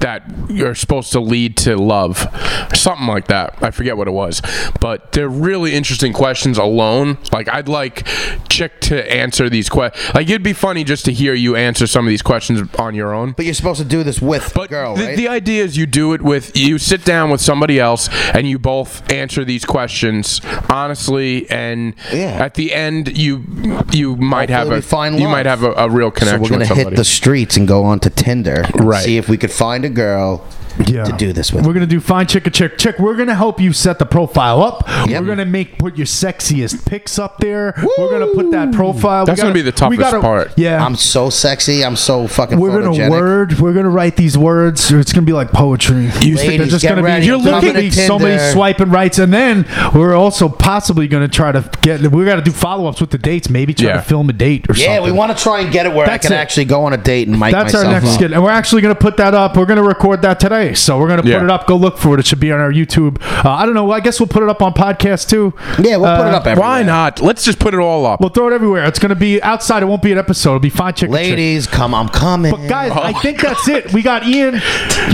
[SPEAKER 1] that are supposed to lead to love, something like that. I forget what it was, but they're really interesting questions alone. Like I'd like Chick to answer these questions. Like it'd be funny just to hear you answer some of these questions on your own.
[SPEAKER 4] But you're supposed to do this with
[SPEAKER 1] But
[SPEAKER 4] a girl,
[SPEAKER 1] the,
[SPEAKER 4] right?
[SPEAKER 1] the idea is you do it with you sit down with somebody else and you both answer these questions honestly, and
[SPEAKER 4] Yeah.
[SPEAKER 1] at the end you you might
[SPEAKER 4] Hopefully we
[SPEAKER 1] have a
[SPEAKER 4] find
[SPEAKER 1] you
[SPEAKER 4] love.
[SPEAKER 1] might have a, a real
[SPEAKER 4] so
[SPEAKER 1] connection.
[SPEAKER 4] we're gonna
[SPEAKER 1] with
[SPEAKER 4] hit
[SPEAKER 1] somebody.
[SPEAKER 4] the streets and go on to Tinder, and
[SPEAKER 1] Right.
[SPEAKER 4] See if we could find a girl
[SPEAKER 3] Oh, Yeah.
[SPEAKER 4] to do this with.
[SPEAKER 3] We're gonna do fine chick a chick chick. We're gonna help you set the profile up.
[SPEAKER 4] Yep.
[SPEAKER 3] We're gonna make put your sexiest pics up there. We're gonna put that profile. We
[SPEAKER 1] That's gonna be the toughest
[SPEAKER 3] we gotta-
[SPEAKER 1] part.
[SPEAKER 3] Yeah,
[SPEAKER 4] I'm so sexy. I'm so fucking.
[SPEAKER 3] we're gonna
[SPEAKER 4] photogenic.
[SPEAKER 3] word. We're gonna write these words. Or it's gonna be like poetry.
[SPEAKER 1] You
[SPEAKER 4] Ladies,
[SPEAKER 3] They're just
[SPEAKER 4] get
[SPEAKER 3] gonna
[SPEAKER 4] ready.
[SPEAKER 3] be. You're
[SPEAKER 4] It's coming
[SPEAKER 3] looking
[SPEAKER 4] to
[SPEAKER 3] at somebody
[SPEAKER 4] Tinder.
[SPEAKER 3] swiping rights, and then we're also possibly gonna try to get. We're gonna do follow ups with the dates. Maybe try
[SPEAKER 1] Yeah.
[SPEAKER 3] to film a date or
[SPEAKER 4] Yeah,
[SPEAKER 3] something.
[SPEAKER 4] we want to try and get it where
[SPEAKER 3] That's
[SPEAKER 4] I can
[SPEAKER 3] it.
[SPEAKER 4] actually go on a date and mic
[SPEAKER 3] That's our
[SPEAKER 4] myself
[SPEAKER 3] next
[SPEAKER 4] up.
[SPEAKER 3] skit, and we're actually going to put that up. We're going to record that today, so we're going to
[SPEAKER 1] Yeah.
[SPEAKER 3] put it up. Go look for it. It should be on our YouTube. Uh, I don't know. I guess we'll put it up on podcast too.
[SPEAKER 4] Yeah, we'll put it
[SPEAKER 3] Uh,
[SPEAKER 4] up everywhere.
[SPEAKER 1] Why not? Let's just put it all up.
[SPEAKER 3] We'll throw it everywhere. It's going to be outside. It won't be an episode. It'll be fine, chicken.
[SPEAKER 4] Ladies, come, I'm coming.
[SPEAKER 3] But guys, I
[SPEAKER 1] my
[SPEAKER 3] think that's it. We got Ian,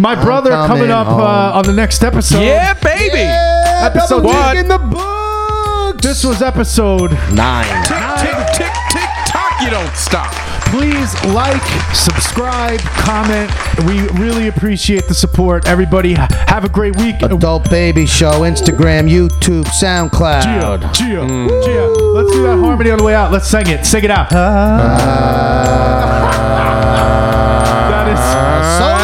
[SPEAKER 3] my brother, coming
[SPEAKER 4] coming
[SPEAKER 3] up
[SPEAKER 4] home.
[SPEAKER 3] uh, on the next episode.
[SPEAKER 1] yeah, baby.
[SPEAKER 3] episode
[SPEAKER 1] double
[SPEAKER 3] one.
[SPEAKER 1] dick in
[SPEAKER 4] the books.
[SPEAKER 3] This was episode.
[SPEAKER 4] nine.
[SPEAKER 1] Tick tick tick tick tock. You don't stop.
[SPEAKER 3] Please like, subscribe, comment. We really appreciate the support. Everybody, ha- have a great week.
[SPEAKER 4] Adult Baby Show, Instagram, YouTube, SoundCloud.
[SPEAKER 3] Gia, Gia, Gia. Let's do that harmony on the way out. Let's sing it. Sing it out. that is.
[SPEAKER 4] So